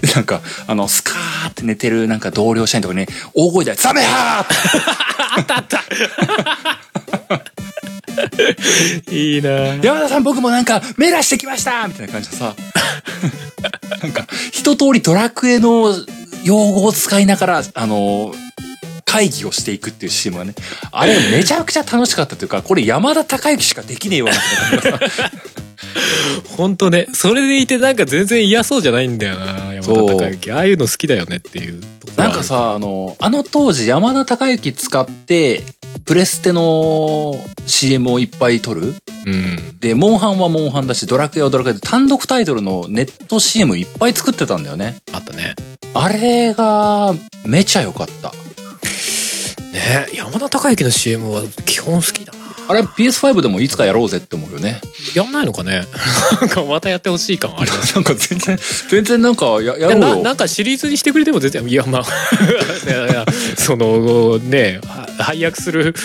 S1: で、なんか、あの、スカーって寝てる、なんか同僚社員とかに、大声で、サメハー
S2: いいな
S1: 山田さん僕もなんか、メラしてきましたみたいな感じでさ、 なんか、一通りドラクエの用語を使いながら、あの、会議をしていくっていうシーンはね、あれめちゃくちゃ楽しかったというか、これ山田孝之しかできねえわ、みたいな感じがさ
S2: ほんとねそれでいてなんか全然嫌そうじゃないんだよな山田
S1: そう
S2: 孝之ああいうの好きだよねっていうところは
S1: なんかさ、あの、あの当時山田孝之使って、プレステの CM をいっぱい撮る
S2: うん
S1: で、モンハンはモンハンだし、ドラクエはドラクエで単独タイトルのネット CM いっぱい作ってたんだよね。
S2: あったね
S1: あれが、めちゃ良かった。
S2: ね山田孝之の CM は基本好きだな
S1: あれ PS5 でもいつかやろうぜって思うよね。
S2: やんないのかねなんかまたやってほしい感はあります
S1: なんか全然、全然なんかやや
S2: で
S1: ろ
S2: な
S1: う
S2: な
S1: よ。
S2: んかシリーズにしてくれても全然いやまあ いやいやそのねは配役する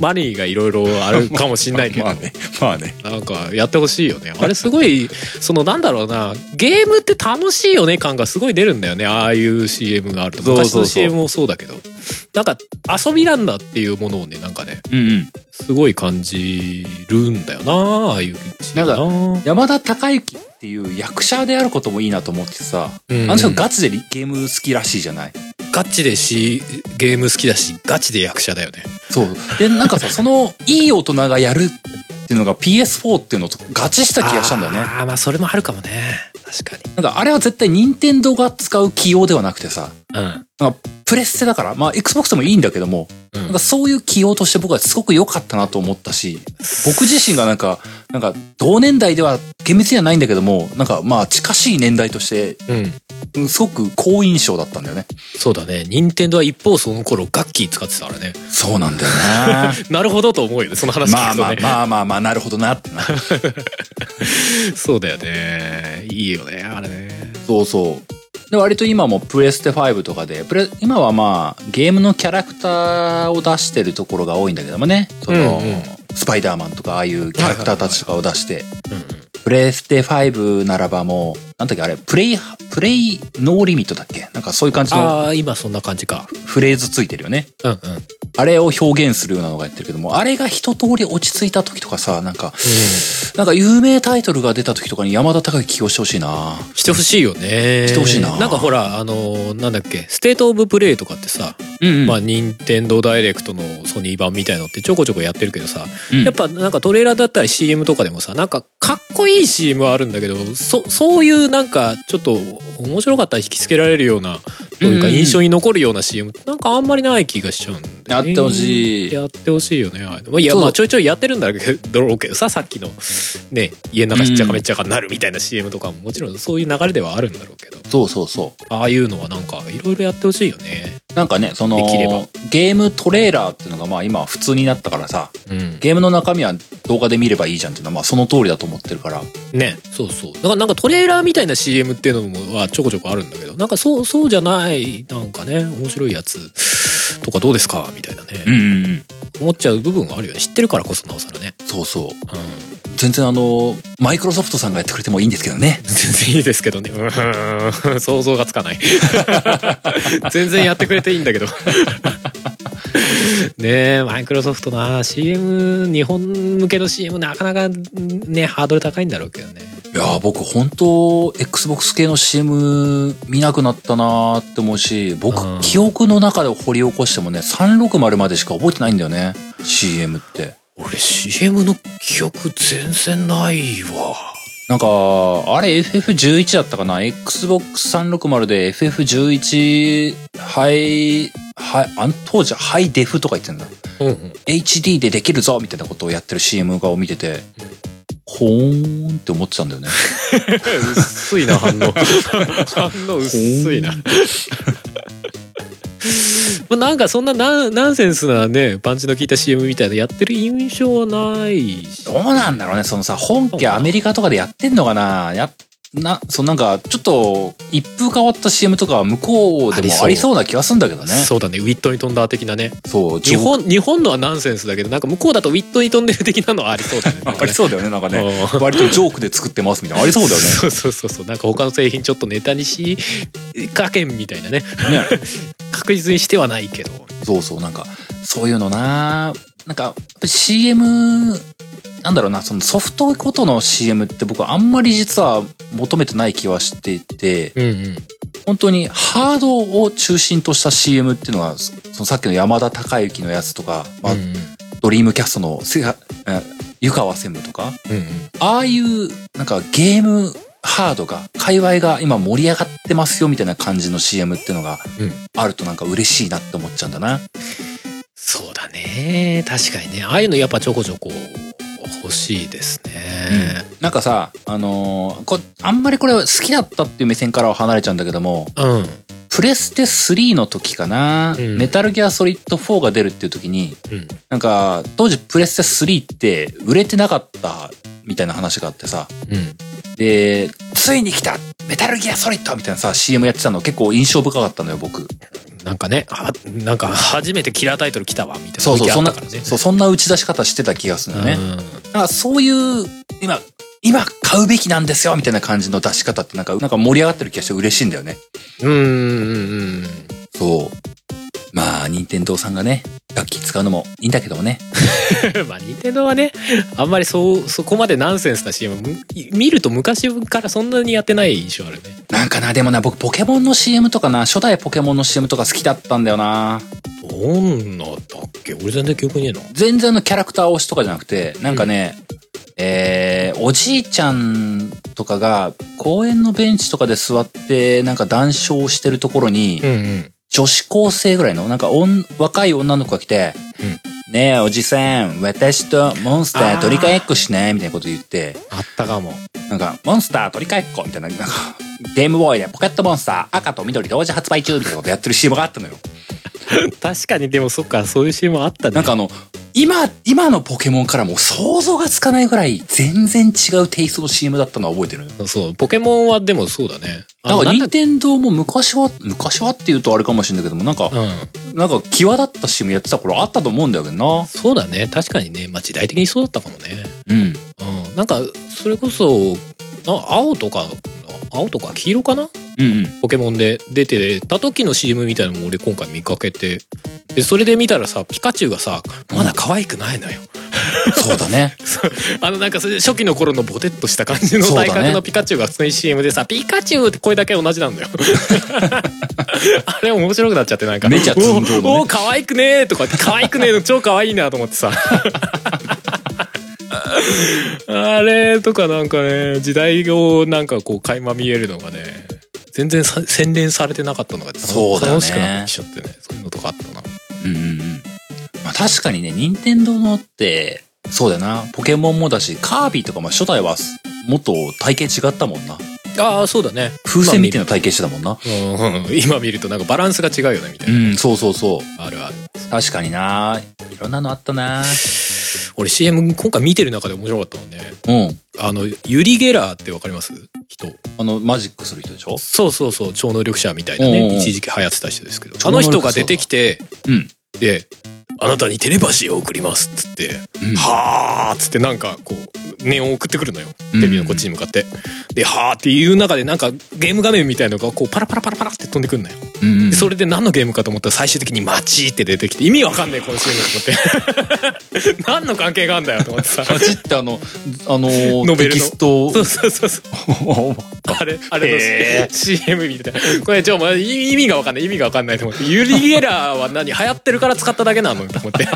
S2: マニーがいろいろあるかもしんないけど
S1: まあね、まあね。
S2: なんかやってほしいよねあれすごいそのなんだろうなゲームって楽しいよね感がすごい出るんだよねああいう CM があると
S1: そうそう
S2: 昔
S1: そう
S2: の CM もそうだけどなんか遊びなんだっていうものをねなんかね
S1: うんうん。
S2: すごい感じるんだよなああいう CM
S1: なん山田孝之っていう役者であることもいいなと思ってさ、
S2: うん
S1: あの人ガチでリゲーム好きらしいじゃない
S2: ガチでしゲーム好きだしガチで役者だよね
S1: そう。で、なんかさ、その、いい大人がやるっていうのが PS4 っていうのとガチした気がしたんだよね。
S2: あーまあそれもあるかもね確か
S1: なんかあれは絶対任天堂が使う起用ではなくてさ、
S2: にうん
S1: なんかプレステだから、まあ Xbox でもいいんだけども、
S2: うん
S1: なんかそういう起用として僕はすごく良かったなと思ったし、僕自身がなんか、なんか同年代では厳密にはないんだけども、なんかまあ近しい年代として、
S2: うん
S1: うんすごく好印象だったんだよね。
S2: そうだね任天堂は一方その頃ガッキー使ってたからね
S1: そうなんだよね。
S2: なるほどと思うよねその話
S1: ま
S2: 聞
S1: あ
S2: くと
S1: まあ
S2: ね、
S1: まあまあまあ、なるほどなってな。
S2: そうだよねいいよねあれね
S1: そうそう。で、割と今もプレステ5とかで、プレ今はまあ、ゲームのキャラクターを出してるところが多いんだけどもね、その、
S2: うんうん
S1: スパイダーマンとかああいうキャラクターたちとかを出して、
S2: うんうん
S1: プレステ5ならばもう、なんだっけあれ、プレイ、プレイノーリミットだっけなんかそういう感じの
S2: ああ今そんな感じか
S1: フレーズついてるよね。
S2: うんうん
S1: あれを表現するようなのがやってるけども、あれが一通り落ち着いた時とかさ、なんか、なんか有名タイトルが出た時とかに山田孝之起用してほしいな
S2: してほしいよね
S1: してほしいなん
S2: かほらあのなんだっけステートオブプレイとかってさ
S1: うん、うん
S2: まあ、任天堂ダイレクトのソニー版みたいのってちょこちょこやってるけどさ、
S1: うん
S2: やっぱなんかトレーラーだったり CM とかでもさなんかかっこいい CM はあるんだけどそそういうなんかちょっと面白かったら引きつけられるようなというか
S1: うんうん
S2: 印象に残るような CM ってなんかあんまりない気がしちゃうんだ
S1: や
S2: よね
S1: ってほしい
S2: やってほしいよねああいうのまあいや
S1: そう
S2: まあちょいちょいやってるんだろうけど ささっきのね家の中しっちゃかめっちゃかになるみたいな CM とかももちろんそういう流れではあるんだろうけど
S1: そうそうそう。
S2: ああいうのはなんかいろいろやってほしいよね。
S1: なんかね、その
S2: できれば、
S1: ゲームトレーラーっていうのがまあ今普通になったからさ、
S2: うん
S1: ゲームの中身は動画で見ればいいじゃんっていうのはまあその通りだと思ってるから、
S2: ねそうそうだからなんかトレーラーみたいな CM っていうのもはちょこちょこあるんだけどなんかそうそうじゃないなんかね面白いやつとかどうですかみたいなね、
S1: んうん。
S2: 思っちゃう部分があるよね知ってるからこそなおさらね、
S1: そうそう。
S2: うん、
S1: 全然あの、マイクロソフトさんがやってくれてもいいんですけどね。
S2: 全然いいですけどねうーん想像がつか ない全然やってくれていいんだけどねえマイクロソフトな CM 日本向けの CM なかなかねハードル高いんだろうけどね
S1: いやー僕本当 Xbox 系の CM 見なくなったなーって思うし、僕、
S2: うん
S1: 記憶の中で掘り起こしてもね、360までしか覚えてないんだよね。CM って。
S2: 俺 CM の記憶全然ないわ
S1: なんか、あれ FF11 だったかな ?Xbox 360で FF11、はい、はい、あの当時はハイデフとか言ってんだ。
S2: うんうん、
S1: HD でできるぞみたいなことをやってる CM 画を見てて、ほーんって思ってたんだよね。
S2: 薄いな反 応反応薄いなまあなんかそんなナンナンセンスなねパンチの効いた CM みたいなやってる印象はないし
S1: どうなんだろうねそのさ、本
S2: そう
S1: 家
S2: か
S1: アメリカとかでやってんのかなや、な、そうなんか、ちょっと、一風変わった CM とかは向こう
S2: あ
S1: で
S2: り
S1: も
S2: そう
S1: ありそうな気がするんだけどね。
S2: そうだねウィットに飛んだ的なね
S1: そう、
S2: 日
S1: 情報
S2: 本日本のはナンセンスだけどなんか向こうだとウィットに飛んでる的なのはありそうだね
S1: あありそうだよね、なんかね。
S2: う
S1: 割とジョークで作ってますみたいな。ありそうだよね。
S2: そうそうそうそうなんか他の製品ちょっとネタにしかけんみたいなね
S1: ね
S2: 確実にしてはないけど
S1: そうそう、なんか、そういうのななんか、やっぱ CM、なんだろうな、そのソフトごとの CM って僕はあんまり実は求めてない気はしていて、
S2: うんうん
S1: 本当にハードを中心とした CM っていうのが、そのさっきの山田孝之のやつとか、まあ
S2: うんうん
S1: ドリームキャストのセガ、え湯川専務とか、
S2: うんうん
S1: ああいう、なんかゲームハードが、界隈が今盛り上がってますよみたいな感じの CM っていうのが
S2: うん
S1: あるとなんか嬉しいなって思っちゃうんだな。
S2: そうだね確かにねああいうのやっぱちょこちょこ欲しいですね
S1: なんかさ、あのーこあんまりこれ好きだったっていう目線からは離れちゃうんだけども、
S2: うん、うん、
S1: プレステ3の時かな、
S2: うん
S1: メタルギアソリッド4が出るっていう時に、
S2: うん
S1: なんか、当時プレステ3って売れてなかったみたいな話があってさ、
S2: うん
S1: で、ついに来たメタルギアソリッドみたいなさ、CM やってたの結構印象深かったのよ、僕。
S2: なんかねはなんか初めてキラータイトル来たわみたいな
S1: そうそう、
S2: 時あ
S1: そん
S2: っ
S1: な、
S2: たからね
S1: そう、そんな打ち出し方してた気がするのね。
S2: ん
S1: なんかそういう、今、今買うべきなんですよみたいな感じの出し方ってなんか、なんか盛り上がってる気がして嬉しいんだよね。
S2: うんうんうん
S1: そう。まあ、任天堂さんがね、楽器使うのもいいんだけどもね。
S2: うんまあ任天堂はねあんまりそうそこまでナンセンスな CM む見ると昔からそんなにやってない印象あるね
S1: なんかな、でもな、僕ポケモンの CM とかな、初代ポケモンの CM とか好きだったんだよな。
S2: どんなだっけ俺全然記憶ねえな
S1: 全然あのキャラクター推しとかじゃなくて、なんかね、えー、おじいちゃんとかが公園のベンチとかで座ってなんか談笑してるところに、
S2: うんうん
S1: 女子高生ぐらいの、なんかおん若い女の子が来て、ねえ、おじさん、私とモンスター取り替えっこしないみたいなこと言って、
S2: あったかも
S1: なんか、モンスター取り替えっこみたいな、なんか、ゲームボーイでポケットモンスター赤と緑同時発売中みたいなことやってる CM があったのよ。
S2: 確かにでもそっかそういう CM あったね
S1: なんかあの、今、今のポケモンからもう想像がつかないぐらい全然違うテイストの CM だったのは覚えてるのよ。
S2: そうポケモンはでもそうだね
S1: だ
S2: の
S1: から、
S2: なん
S1: 任天堂も昔は、昔はって言うとあれかもしれないけども、なんか、
S2: うん
S1: なんか際立った CM やってた頃あったと思うんだよけどな。
S2: そうだね確かにね、まあ、時代的にそうだったかもね
S1: うん。
S2: うんなんかそれこそあ青とか青とか黄色かな
S1: うんうん。
S2: ポケモンで出てた時の CM みたいなのも俺今回見かけてでそれで見たらさピカチュウがさまだ可愛くないのよ、
S1: そうだね。
S2: あのなんかそれ初期の頃のボテッとした感じの
S1: そうだ
S2: 体
S1: ね
S2: 格のピカチュウがその CM でさ「ピカチュウ!」って声だけ同 じなんだよあれ面白くなっちゃってなんか
S1: めちゃ寸胴のね
S2: おお可愛くねー」とか「可愛くねーの超可愛いな」と思ってさあれとかなんかね時代をなんかこう垣間見えるのがね全然さ洗練されてなかったのが
S1: そうだよね
S2: 楽しくなってきちゃってねそういうのとかあったな
S1: うんうんうん。まあ確かにね、任天堂のって、そうだよな、ポケモンもだし、カービィとかも初代はもっと体型違ったもんな。
S2: ああそうだね
S1: 風船みたいな体型してたもんな。
S2: うんうん今見るとなんかバランスが違うよねみたいうな、
S1: ん、そうそうそう。
S2: あるある
S1: 確かにな。いろんなのあったな。
S2: 俺 CM 今回見てる中で面白かったのね
S1: うん。
S2: あのユリ・ゲラーってわかります人
S1: あの、マジックする人でしょ
S2: そうそうそう超能力者みたいな
S1: おうおう
S2: ね一時期流行ってた人ですけど
S1: 超
S2: あ
S1: 能
S2: の
S1: 力者
S2: 人が出てきて
S1: うん。
S2: で「あなたにテレパシーを送ります」っつって
S1: うん
S2: 「はあ」っつってなんかこう念を送ってくるのよ
S1: うん
S2: テレビのこっちに向かって。で「はあ」っていう中でなんかゲーム画面みたいのがこうパラパラパラパラって飛んでくるのよ。
S1: うんうん
S2: でそれで何のゲームかと思ったら最終的に「街」って出てきて意味わかんねえこの CM と 思って 何の関係があんだよと思ってさ。
S1: マジってあの、あの
S2: ノベ
S1: テ
S2: ルの
S1: キストを
S2: そうそうそうそう。あれ、あれ
S1: へ
S2: の CM みたいな。これ、ちょ、もう意味がわかんない、意味がわかんないと思って。ユリ・ゲラーは何流行ってるから使っただけなのと思 って。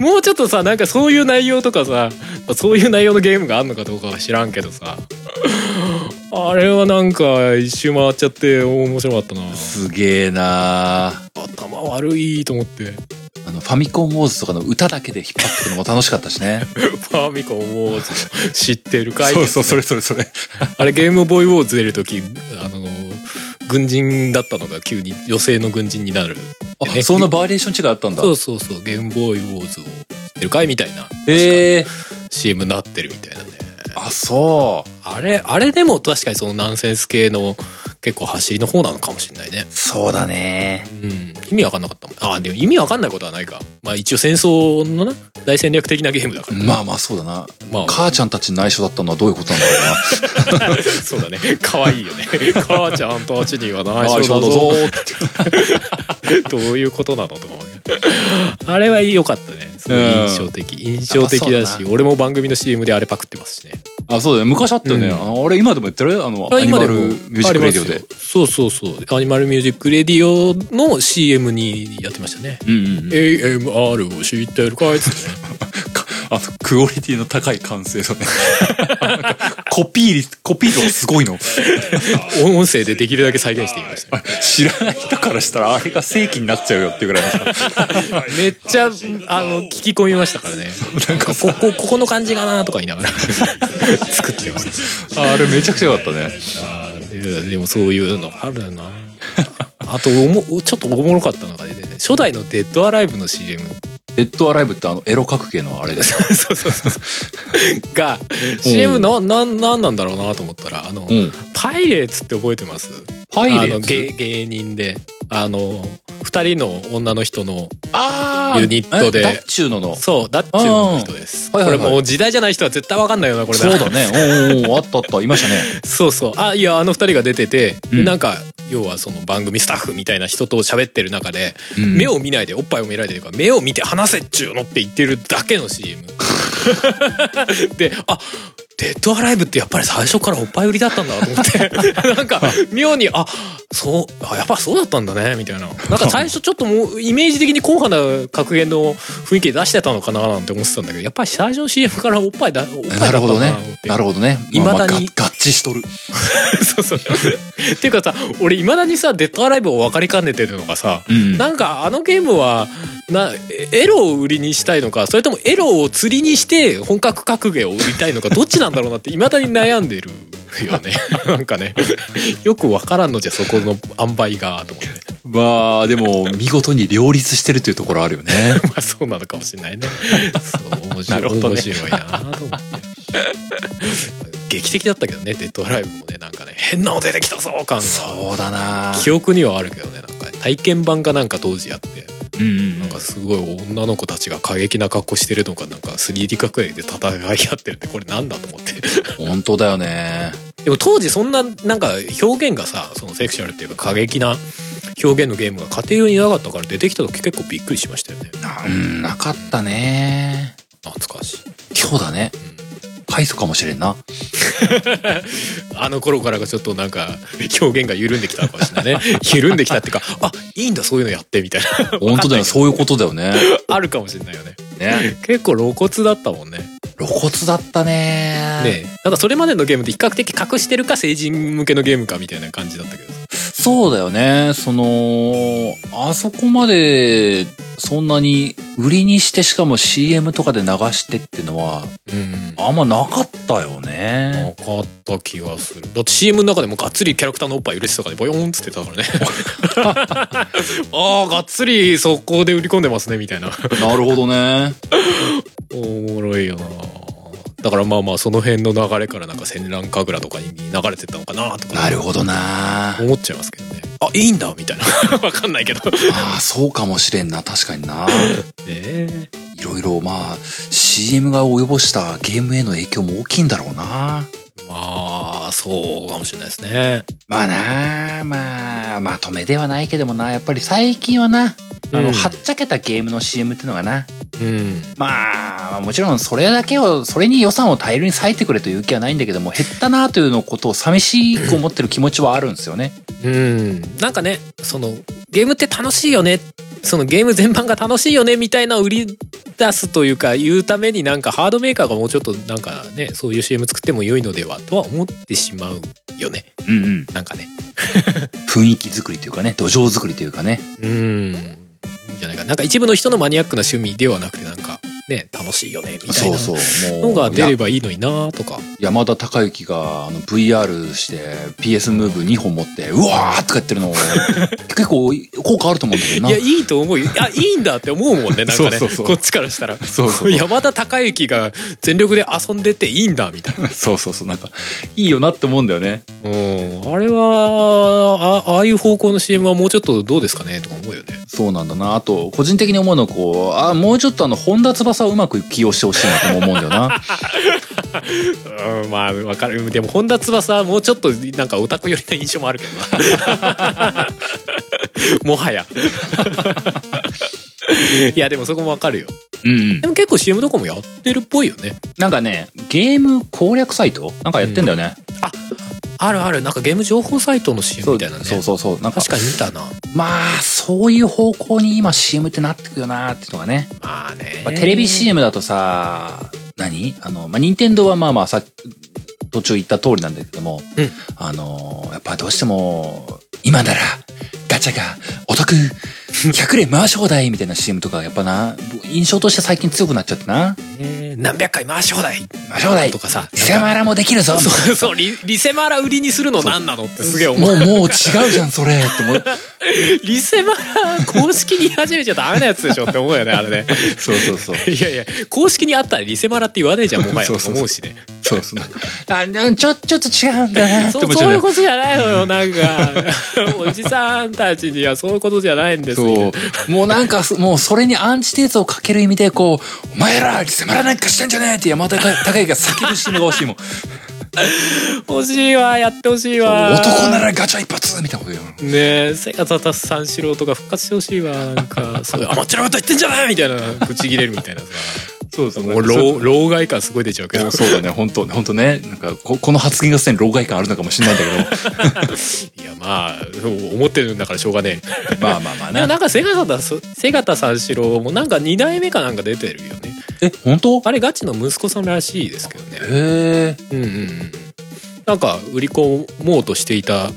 S2: もうちょっとさ、なんかそういう内容とかさ、そういう内容のゲームがあるのかどうかは知らんけどさ。あれはなんか一周回っちゃって面白かったな
S1: すげえな
S2: 頭悪いと思って
S1: あの、ファミコンウォーズとかの歌だけで引っ張ってくのも楽しかったし ね。
S2: ファミコンウォーズ知ってるかい
S1: れそれそれ。
S2: あれゲームボーイウォーズ出る時あの軍人だったのが急に女性の軍人になる
S1: あ、そんなバリエーション違いあったんだ。
S2: そうそうそうゲームボーイウォーズを知ってるかいみたいな
S1: ええ
S2: CM になってるみたいなね
S1: あ、そう。
S2: あれあれでも確かにそのナンセンス系の結構走りの方なのかもしれないね
S1: そうだね。
S2: うん意味わかんなかったもんあでも意味わかんないことはないかまあ一応戦争のな大戦略的なゲームだから、
S1: まあまあそうだな。
S2: まあ
S1: 母ちゃんたちに内緒だったのはどういうことなんだろ
S2: そうだね可愛い よね母ちゃんとあっちには
S1: うな。
S2: 内緒だ
S1: 内緒
S2: ぞ
S1: だぞ
S2: どういうことなのとか思うねあれは良かったねすごい印象的、印象的だ
S1: あそう
S2: し
S1: だ
S2: 俺も番組の CM であれパクってますしね
S1: あ、そうだね。昔あったよね。
S2: うん
S1: あのあれ今でもやってるあの、アニマルミュージックレディオ
S2: あり
S1: で。
S2: ますよそうそうそうアニマルミュージックレディオの CM にやってましたね
S1: うんうんうん。
S2: AMR を知ってるかいっつってね
S1: かあの、クオリティの高い完成だね。 なんかコピー率、コピー度がすごいの。
S2: 音声でできるだけ再現していましたね
S1: 知らない人からしたらあれが正規になっちゃうよっていうぐらいの。
S2: めっちゃあの聞き込みましたからねなんかここここの感じがなとか言いながら作ってました
S1: あれめちゃくちゃ良かったね。
S2: あーでもでもそういうのがあるなあとおもちょっとおもろかったのがね初代の「デッドアライブ」の CM
S1: デッドアライブってあの、エロ格系のあれです。
S2: そうそうそうそうが CM ななんなんなんだろうなと思ったらあの、
S1: ん。
S2: パイレーツって覚えてます
S1: パイレ
S2: あ
S1: ー
S2: の
S1: ツ
S2: 芸芸人であの2人の女の人の
S1: あ
S2: ユニットで
S1: えダッチューノの。
S2: そうダッチューの人です、
S1: はいはいはい
S2: これもう時代じゃない人は絶対わかんないよなこれな
S1: そうだね。おうおうおうあったあった。いましたね。
S2: そうそう。あ、いや、あの二人が出てて、
S1: うん
S2: なんか、要はその番組スタッフみたいな人と喋ってる中で、
S1: うん
S2: 目を見ないで、おっぱいを見られてるから、目を見て話せっちゅうのって言ってるだけ の CM。で、あ、デッドアライブってやっぱり最初からおっぱい売りだったんだと思 って、なんか、妙に、あ、そう、あ、やっぱそうだったんだね、みたいな。なんか最初ちょっともう、イメージ的に硬派な格言の雰囲気出してたのかななんて思ってたんだけど、やっぱり最初の CM からおっぱいだ、おっぱいだったん
S1: な
S2: だ
S1: るほどね
S2: と思っ。て
S1: なるほどね。
S2: 未だに
S1: まあまあが合致しとる。
S2: そうそう。 っていうかさ、俺いまだにさ、デッドアライブを分かりかねてるのがさ、
S1: うん。
S2: なんかあのゲームは、な、エロを売りにしたいのか、それともエロを釣りにして本格格ゲーを売りたいのか、どっちなんだろうなっていまだに悩んでるよ ね。なんかね、よく分からんのじゃ、そこの塩梅が、と思って。
S1: まあ、でも、見事に両立してるというところあるよね。
S2: まあそうなのかもしれないね。そう、面
S1: なる
S2: 白
S1: ほ
S2: い。
S1: どね
S2: 面白いなと思って。 劇的だったけどね、デッドアライブもね、なんかね、変なの出てきたぞ感が。
S1: そうだな
S2: 記憶にはあるけどねなんか体験版かなんか当時やって
S1: うんうん。
S2: なんかすごい女の子たちが過激な格好してるのかなんか 3D 格影で戦い合ってるってこれなんだと思って
S1: 本当だよね。
S2: でも当時そんななんか表現がさそのセクシュアルっていうか過激な表現のゲームが家庭用になかったから出てきた時結構びっくりしましたよね
S1: うん、なかったね。
S2: 懐かしい、
S1: そうだね。快祖かもしれん な。
S2: うん、あの頃からがちょっとなんか表現が緩んできたのかもしれないね 緩んできたっていうかあいいんだそういうのやってみたいな
S1: 本当だよ。そういうことだよ ね。
S2: あるかもしれないよね
S1: ね。
S2: 結構露骨だったもんね
S1: 露骨だったね。
S2: ねえただそれまでのゲームって比較的隠してるか成人向けのゲームかみたいな感じだったけど
S1: そうだよね。その、あそこまで、そんなに、売りにしてしかも CM とかで流してってのは、
S2: うん
S1: あんまなかったよね。
S2: なかった気がするだって CM の中でもがっつりキャラクターのおっぱい嬉しさ とかでボヨーンっつってたからねああがっつり速攻で売り込んでますねみたいな
S1: なるほどね。
S2: おもろいよなだからまあまあその辺の流れからなんか戦乱神楽とかに流れてったのかなとか
S1: なるほどな。
S2: 思っちゃいますけどねあいいんだみたいな わかんないけどね
S1: ああ、そうかもしれんな。確かにな。
S2: え
S1: いろいろ、まあ、CM が及ぼしたゲームへの影響も大きいんだろうな。
S2: まあそうかもしれないですね
S1: まあなあ、まあ、まとめではないけどもな、やっぱり最近はな、あの、
S2: うん
S1: はっちゃけたゲームの CM ってのがな、
S2: うん
S1: まあ、もちろんそれだけを、それに予算を大量に割いてくれという気はないんだけども、減ったなというのことを寂しく思ってる気持ちはあるんですよね。
S2: うん、なんかねそのゲームって楽しいよねそのゲーム全般が楽しいよねみたいな売り出すというか言うためになんかハードメーカーがもうちょっとなんかねそういう CM 作っても良いのではとは思ってしまうよね
S1: うんうん。
S2: なんかね
S1: 雰囲気作りというかね、土壌作りというかね。
S2: うんじゃないかなんか一部の人のマニアックな趣味ではなくてなんかね楽しいよねみたいな
S1: そうそう。も
S2: の
S1: う、
S2: が出れ
S1: や
S2: ばいいのになとか
S1: 山田孝之があの VR して PS ムーブ2本持って、うわーとか言ってるの、 結構効果あると思うんだけど
S2: い
S1: な。
S2: やいい と思うよあいいんだって思うもんねなんかね
S1: そうそうそう
S2: こっちからしたら
S1: そうそう
S2: 山田孝之が全力で遊んでていいんだみたいな
S1: そうそうそう、なんか、いいよなって思うんだよね。
S2: うん、あれはあああいう方向の CM はもうちょっとどうですかねとか思うよね
S1: そうなんだな。あと、個人的に思うのは、こう、あ、もうちょっとあの、本田翼をうまく起用してほしいなとも思うんだよな。
S2: うんまあわかるでも本田翼はもうちょっとなんかオタク寄りな印象もあるけど なもは やいやでもそこもわかるよ
S1: うんうん
S2: で。も結構 CM とかもやってるっぽいよね
S1: なんかね、ゲーム攻略サイトなんかやってんだよね。
S2: あるあるなんかゲーム情報サイトの CM みたいなね
S1: そうそうそう。なんか、
S2: 確かに見たな
S1: まあ、そういう方向に今 CM ってなってくよなっていうのがね。
S2: まあね、
S1: まあ、テレビ CM だとさ、何あの、まあ、任天堂はまあまあさ、途中言った通りなんだけども、
S2: うん
S1: あの、やっぱどうしても、今なら、ガチャがお得、100連回し放題みたいな CM とか、やっぱな、印象として最近強くなっちゃってな。
S2: ね何百回回し放題
S1: まあ将来
S2: とかさ
S1: リセマラもできるぞ
S2: そうそうリリセマラ売りにするの何なのってすげえ思
S1: も
S2: う
S1: うもう違うじゃんそれって思う
S2: リセマラ公式に言い始めちゃダメなやつでしょって思 うよねあれね
S1: そうそうそう
S2: いやいや公式にあったらリセマラって言わねえじゃんもはやと
S1: そうそうそう
S2: 思うしね
S1: そう そうあでもちょちょっと違うんだなって
S2: そ
S1: 思
S2: う
S1: っち
S2: そう
S1: ゃ
S2: いううことじゃないのよなんかおじさんたちにはそういうことじゃないんです
S1: そ
S2: よ
S1: うもうなんかもうそれにアンチテーゼをかける意味でこう「お前らリセマラなんかしてんじゃねえ!」って山田孝之が叫ぶシーンが欲 しいもん
S2: 欲しいわやってほしいわ
S1: 男ならガチャ一発みたいなこと言うの
S2: ねえ背が立たす三四郎とか復活してほしいわなんかそういう甘っちょろいこと言ってんじゃないみたいなブチ切れるみたいなさ
S1: そうそう
S2: もう老老害感すごい出ちゃ うけど
S1: そうだね本当本当ねなんかここの発言がすでに老害感あるのかもしれないんだけ
S2: いやまあ思ってるんだからしょうがね え
S1: どまあまあまあ
S2: でも
S1: ね
S2: なんか瀬形だ瀬形三四郎もなんか2代目かなんか出てるよね
S1: え本当
S2: あれガチの息子さんらしいですけどね
S1: へえ
S2: うんうんうんなんか売り込もうとしていた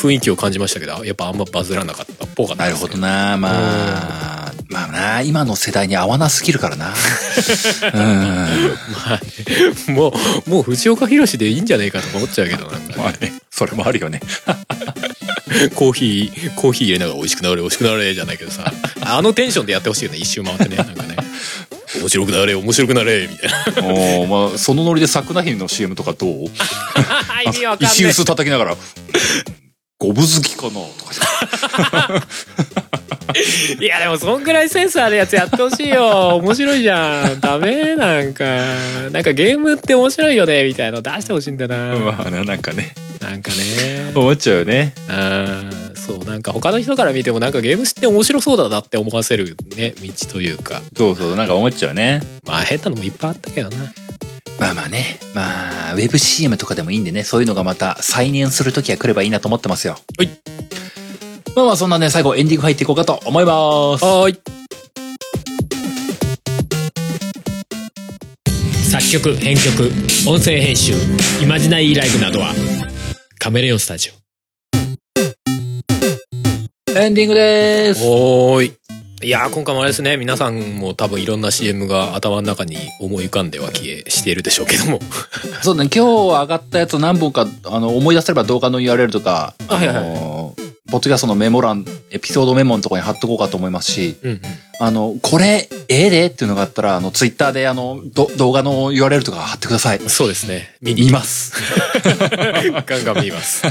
S2: 雰囲気を感じましたけどやっぱあんまバズらなかったっぽかった
S1: な
S2: で
S1: る
S2: す
S1: ほ
S2: ね
S1: どなまあまあな今の世代に合わなすぎるからなうん
S2: もうもう藤岡弘でいいんじゃないかとか思っちゃうけどなんか
S1: まあねそれもあるよね
S2: コーヒーコーヒー入れながら美味しくなれ美味しくなれじゃないけど さあのテンションでやってほしいよね一周回ってねなんかね面白くなれ面白くなれみたいな
S1: おおまあそのノリで桜姫の CM とかどう
S2: 意味わかん
S1: 石
S2: ね
S1: 臼叩きながら「ゴブ好きかな」とか
S2: えいやでもそんぐらいセンスあるやつやってほしいよ面白いじゃんダメなんかなんかゲームって面白いよねみたいなの出してほしいん だな、
S1: あななんかね
S2: なんかね
S1: 思っちゃうよね
S2: あーそうなんか他の人から見てもなんかゲーム知って面白そうだなって思わせるね道というか
S1: そうそうなんか思っちゃうね
S2: まあ変なのもいっぱいあったけどな
S1: まあまあねまあウェブ CM とかでもいいんでねそういうのがまた再燃する時が来ればいいなと思ってますよ
S2: はい
S1: まあまあそんなね最後エンディング入っていこうかと思います
S2: はーい作曲編曲音声編集イマジナイーライブなどはカメレオンスタジ
S1: エンディングでーす
S2: オおーいいやー今回もあれですね皆さんも多分いろんな CM が頭の中に思い浮かんでは消えしているでしょうけども
S1: そうね今日上がったやつ何本かあの思い出せれば動画の URL とかあの
S2: はいはいはい
S1: ポッドキャストのメモ欄エピソードメモのところに貼っとこうかと思いますし
S2: うんうん
S1: あの、これ、ええでっていうのがあったら、あの、ツイッターで、あの、ど動画の URL とか貼ってください。
S2: そうですね見に
S1: 見ます。
S2: ガンガン見ます。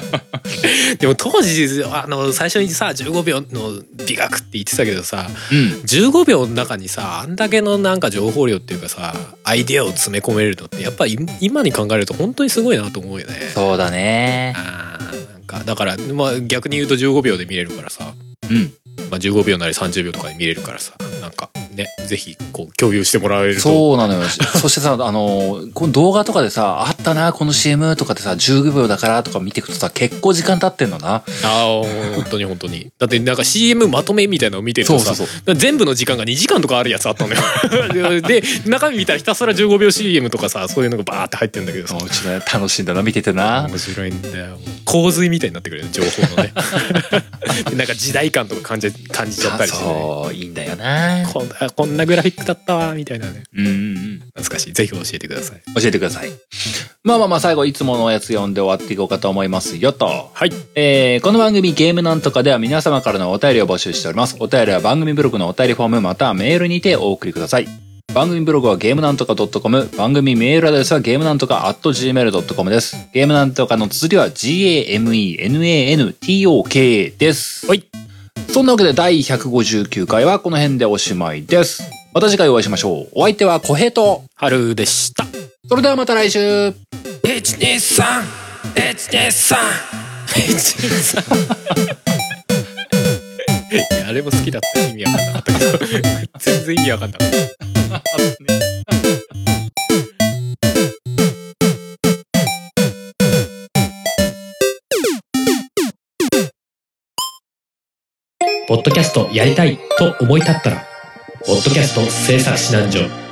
S2: でも当時あの最初にさ15秒の美学って言ってたけどさ
S1: うん。
S2: 15秒の中にさあんだけのなんか情報量っていうかさアイデアを詰め込めるのってやっぱり今に考えると本当にすごいなと思うよね。
S1: そうだね。
S2: あーなんかだから、まあ、逆に言うと15秒で見れるからさ、
S1: うん。
S2: まあ、15秒なり30秒とかで見れるからさなんかねぜひこう共有してもらえると
S1: そうなのよ。そしてさ、あの、この動画とかでさ、あったな、この CM とかでさ、15秒だからとか見ていくとさ、結構時間経ってんのな。
S2: ああ本当に本当にだってなんか CM まとめみたいなのを見てるとさ
S1: そうそう
S2: 全部の時間が2時間とかあるやつあったの よで中身見たらひたすら15秒 CM とかさそういうのがバーって入ってんだけどさ
S1: うちのや楽しいんだな、見ててな。
S2: 面白いんだよ洪水みたいになってくるよね情報のね でなんか時代感とか感じ感じちゃったりして、ね、
S1: そう、いいんだよな。
S2: こんなこんなグラフィックだったわみたいなね
S1: うんうんうん。
S2: 懐かしいぜひ教えてください
S1: 教えてください。まあまあまあ、最後、いつものおやつ読んで終わっていこうかと思いますよと。
S2: はい
S1: えーこの番組ゲームなんとかでは皆様からのお便りを募集しております。お便りは番組ブログのお便りフォームまたはメールにてお送りください。番組ブログはゲームなんとか .com、番組メールアドレスはゲームなんとか .gmail.com です。ゲームなんとかの綴りは g-a-m-e-n-a-n-t-o-k です。
S2: はい
S1: そんなわけで第159回はこの辺でおしまいです。また次回お会いしましょう。お相手は小平と、
S2: 春で した
S1: それではまた来週
S2: 123 123 123いやあれも好きだった意味わかんなかったけど全然意味わかんなかった
S4: ポッドキャストやりたいと思い立ったら、ポッドキャスト制作指南所